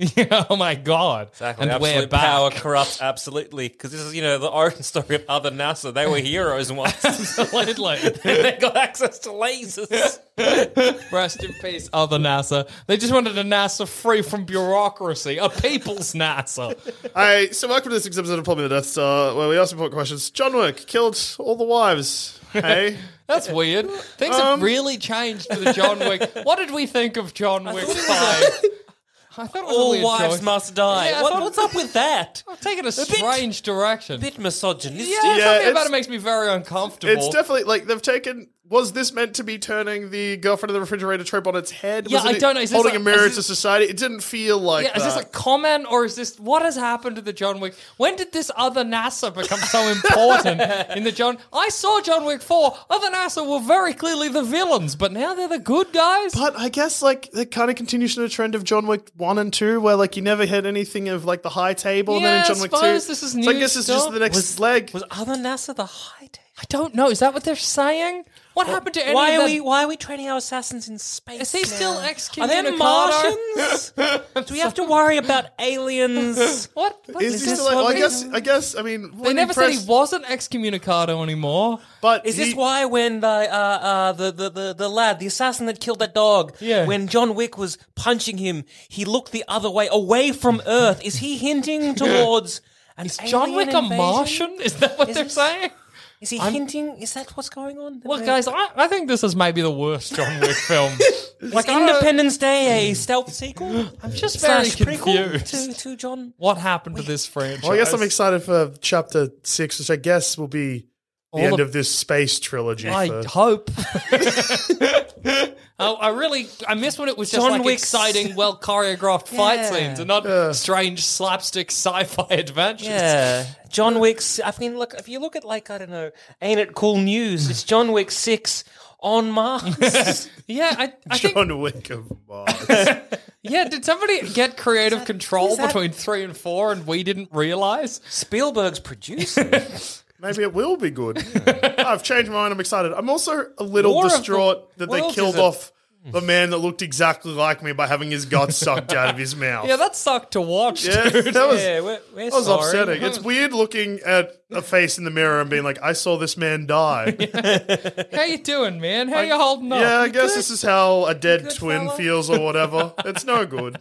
[SPEAKER 5] oh my god!
[SPEAKER 4] Exactly.
[SPEAKER 5] And
[SPEAKER 4] absolute
[SPEAKER 5] we're back.
[SPEAKER 4] power corrupts absolutely because this is you know the origin story of other NASA. They were heroes once.
[SPEAKER 5] absolutely.
[SPEAKER 4] they got access to lasers.
[SPEAKER 5] Rest in peace, other NASA. They just wanted a NASA free from bureaucracy, a people's NASA.
[SPEAKER 3] All right, so welcome to this episode of Plumbing the Death Star, where we ask important questions. John Wick killed all the wives. Hey,
[SPEAKER 5] that's weird. Things have really changed for the John Wick. What did we think of John Wick Five? I thought it was
[SPEAKER 4] All
[SPEAKER 5] only a
[SPEAKER 4] wives
[SPEAKER 5] choice.
[SPEAKER 4] must die.
[SPEAKER 5] Yeah, I
[SPEAKER 4] What-
[SPEAKER 5] thought-
[SPEAKER 4] what's up with that?
[SPEAKER 5] I've taken a strange direction. A
[SPEAKER 4] bit misogynistic.
[SPEAKER 5] Yeah, something about
[SPEAKER 3] it's-
[SPEAKER 5] it makes me very uncomfortable.
[SPEAKER 3] It's definitely like they've taken. Was this meant to be turning the girlfriend of the refrigerator trope on its head?
[SPEAKER 5] Yeah,
[SPEAKER 3] was
[SPEAKER 5] I don't know. Is this
[SPEAKER 3] holding
[SPEAKER 5] like-
[SPEAKER 3] a mirror
[SPEAKER 5] is
[SPEAKER 3] to
[SPEAKER 5] this-
[SPEAKER 3] society. It didn't feel like.
[SPEAKER 5] yeah, is this
[SPEAKER 3] that.
[SPEAKER 5] a comment or is this what has happened to the John Wick? When did this other NASA become so important in the John? I saw John Wick four. Other NASA were very clearly the villains, but now they're the good guys.
[SPEAKER 3] But I guess like the kind of continuation of the trend of John Wick one and two, where like you never heard anything of like the high table, and then
[SPEAKER 5] Yeah,
[SPEAKER 3] in
[SPEAKER 5] I
[SPEAKER 3] John Wick
[SPEAKER 5] suppose
[SPEAKER 3] two,
[SPEAKER 5] this is
[SPEAKER 3] so I
[SPEAKER 5] new
[SPEAKER 3] guess it's just
[SPEAKER 5] stuff.
[SPEAKER 3] the next leg.
[SPEAKER 4] Was other NASA the high tech?
[SPEAKER 5] I don't know. Is that what they're saying? What happened to any
[SPEAKER 4] Why
[SPEAKER 5] of
[SPEAKER 4] are
[SPEAKER 5] that?
[SPEAKER 4] we why are we training our assassins in space?
[SPEAKER 5] Is he
[SPEAKER 4] now?
[SPEAKER 5] still ex
[SPEAKER 4] Are there Martians? Do we have to worry about aliens?
[SPEAKER 5] What? what
[SPEAKER 3] Is, he still? Like, well, I guess. I guess. I mean,
[SPEAKER 5] They
[SPEAKER 3] when
[SPEAKER 5] never said
[SPEAKER 3] pressed-
[SPEAKER 5] he wasn't excommunicado anymore.
[SPEAKER 3] But
[SPEAKER 4] Is this
[SPEAKER 3] he-
[SPEAKER 4] why when the, uh, uh, the, the, the, the lad, the assassin that killed that dog,
[SPEAKER 5] Yeah.
[SPEAKER 4] when John Wick was punching him, he looked the other way, away from Earth? Is he hinting towards an
[SPEAKER 5] Is John
[SPEAKER 4] alien
[SPEAKER 5] Wick
[SPEAKER 4] invasion?
[SPEAKER 5] a Martian? Is that what
[SPEAKER 4] Is
[SPEAKER 5] they're
[SPEAKER 4] it-
[SPEAKER 5] saying?
[SPEAKER 4] Is he
[SPEAKER 5] I'm-
[SPEAKER 4] hinting? Is that what's going on?
[SPEAKER 5] Well, guys, I, I think this is maybe the worst John Wick film.
[SPEAKER 4] like
[SPEAKER 5] I don't-
[SPEAKER 4] Independence Day, a stealth sequel?
[SPEAKER 5] I'm just very
[SPEAKER 4] slash
[SPEAKER 5] confused.
[SPEAKER 4] prequel to, to John.
[SPEAKER 5] What happened to this franchise?
[SPEAKER 3] Well, I guess I'm excited for chapter six, which I guess will be the
[SPEAKER 5] All
[SPEAKER 3] end
[SPEAKER 5] the-
[SPEAKER 3] of this space trilogy.
[SPEAKER 5] I
[SPEAKER 3] for-
[SPEAKER 5] hope. oh, I really, I miss when it was just
[SPEAKER 4] John
[SPEAKER 5] like
[SPEAKER 4] Wick's-
[SPEAKER 5] exciting, well choreographed fight
[SPEAKER 4] Yeah.
[SPEAKER 5] scenes and not strange slapstick sci-fi adventures.
[SPEAKER 4] Yeah, John Wick's. I mean, look if you look at like I don't know, ain't it cool news? It's John Wick six on Mars.
[SPEAKER 5] yeah. I, I think,
[SPEAKER 3] John Wick of Mars.
[SPEAKER 5] yeah. Did somebody get creative control
[SPEAKER 4] is that-
[SPEAKER 5] between three and four, and we didn't realize?
[SPEAKER 4] Spielberg's producer.
[SPEAKER 3] Maybe it will be good. I've changed my mind. I'm excited. I'm also a little
[SPEAKER 4] War of the
[SPEAKER 3] distraught that they
[SPEAKER 4] Worlds
[SPEAKER 3] killed
[SPEAKER 4] is a-
[SPEAKER 3] off the man that looked exactly like me by having his guts sucked out of his mouth.
[SPEAKER 5] Yeah, that sucked to watch.
[SPEAKER 3] Yeah,
[SPEAKER 5] dude.
[SPEAKER 3] that was
[SPEAKER 4] yeah, we're, we're
[SPEAKER 3] that was
[SPEAKER 4] sorry.
[SPEAKER 3] upsetting. It's weird looking at a face in the mirror and being like, "I saw this man die." yeah,
[SPEAKER 5] How you doing, man? How you holding up?
[SPEAKER 3] I guess this is how a dead twin
[SPEAKER 4] fella?
[SPEAKER 3] feels or whatever. it's no good.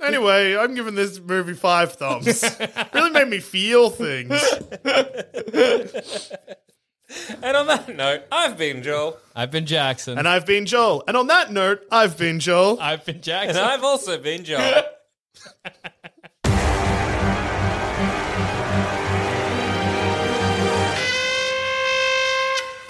[SPEAKER 3] Anyway, I'm giving this movie five thumbs. really made me feel things.
[SPEAKER 4] And on that note, I've been Joel,
[SPEAKER 5] I've been Jackson.
[SPEAKER 3] And I've been Joel. And on that note, I've been Joel.
[SPEAKER 5] I've been
[SPEAKER 4] and
[SPEAKER 5] Jackson.
[SPEAKER 4] I've also been Joel.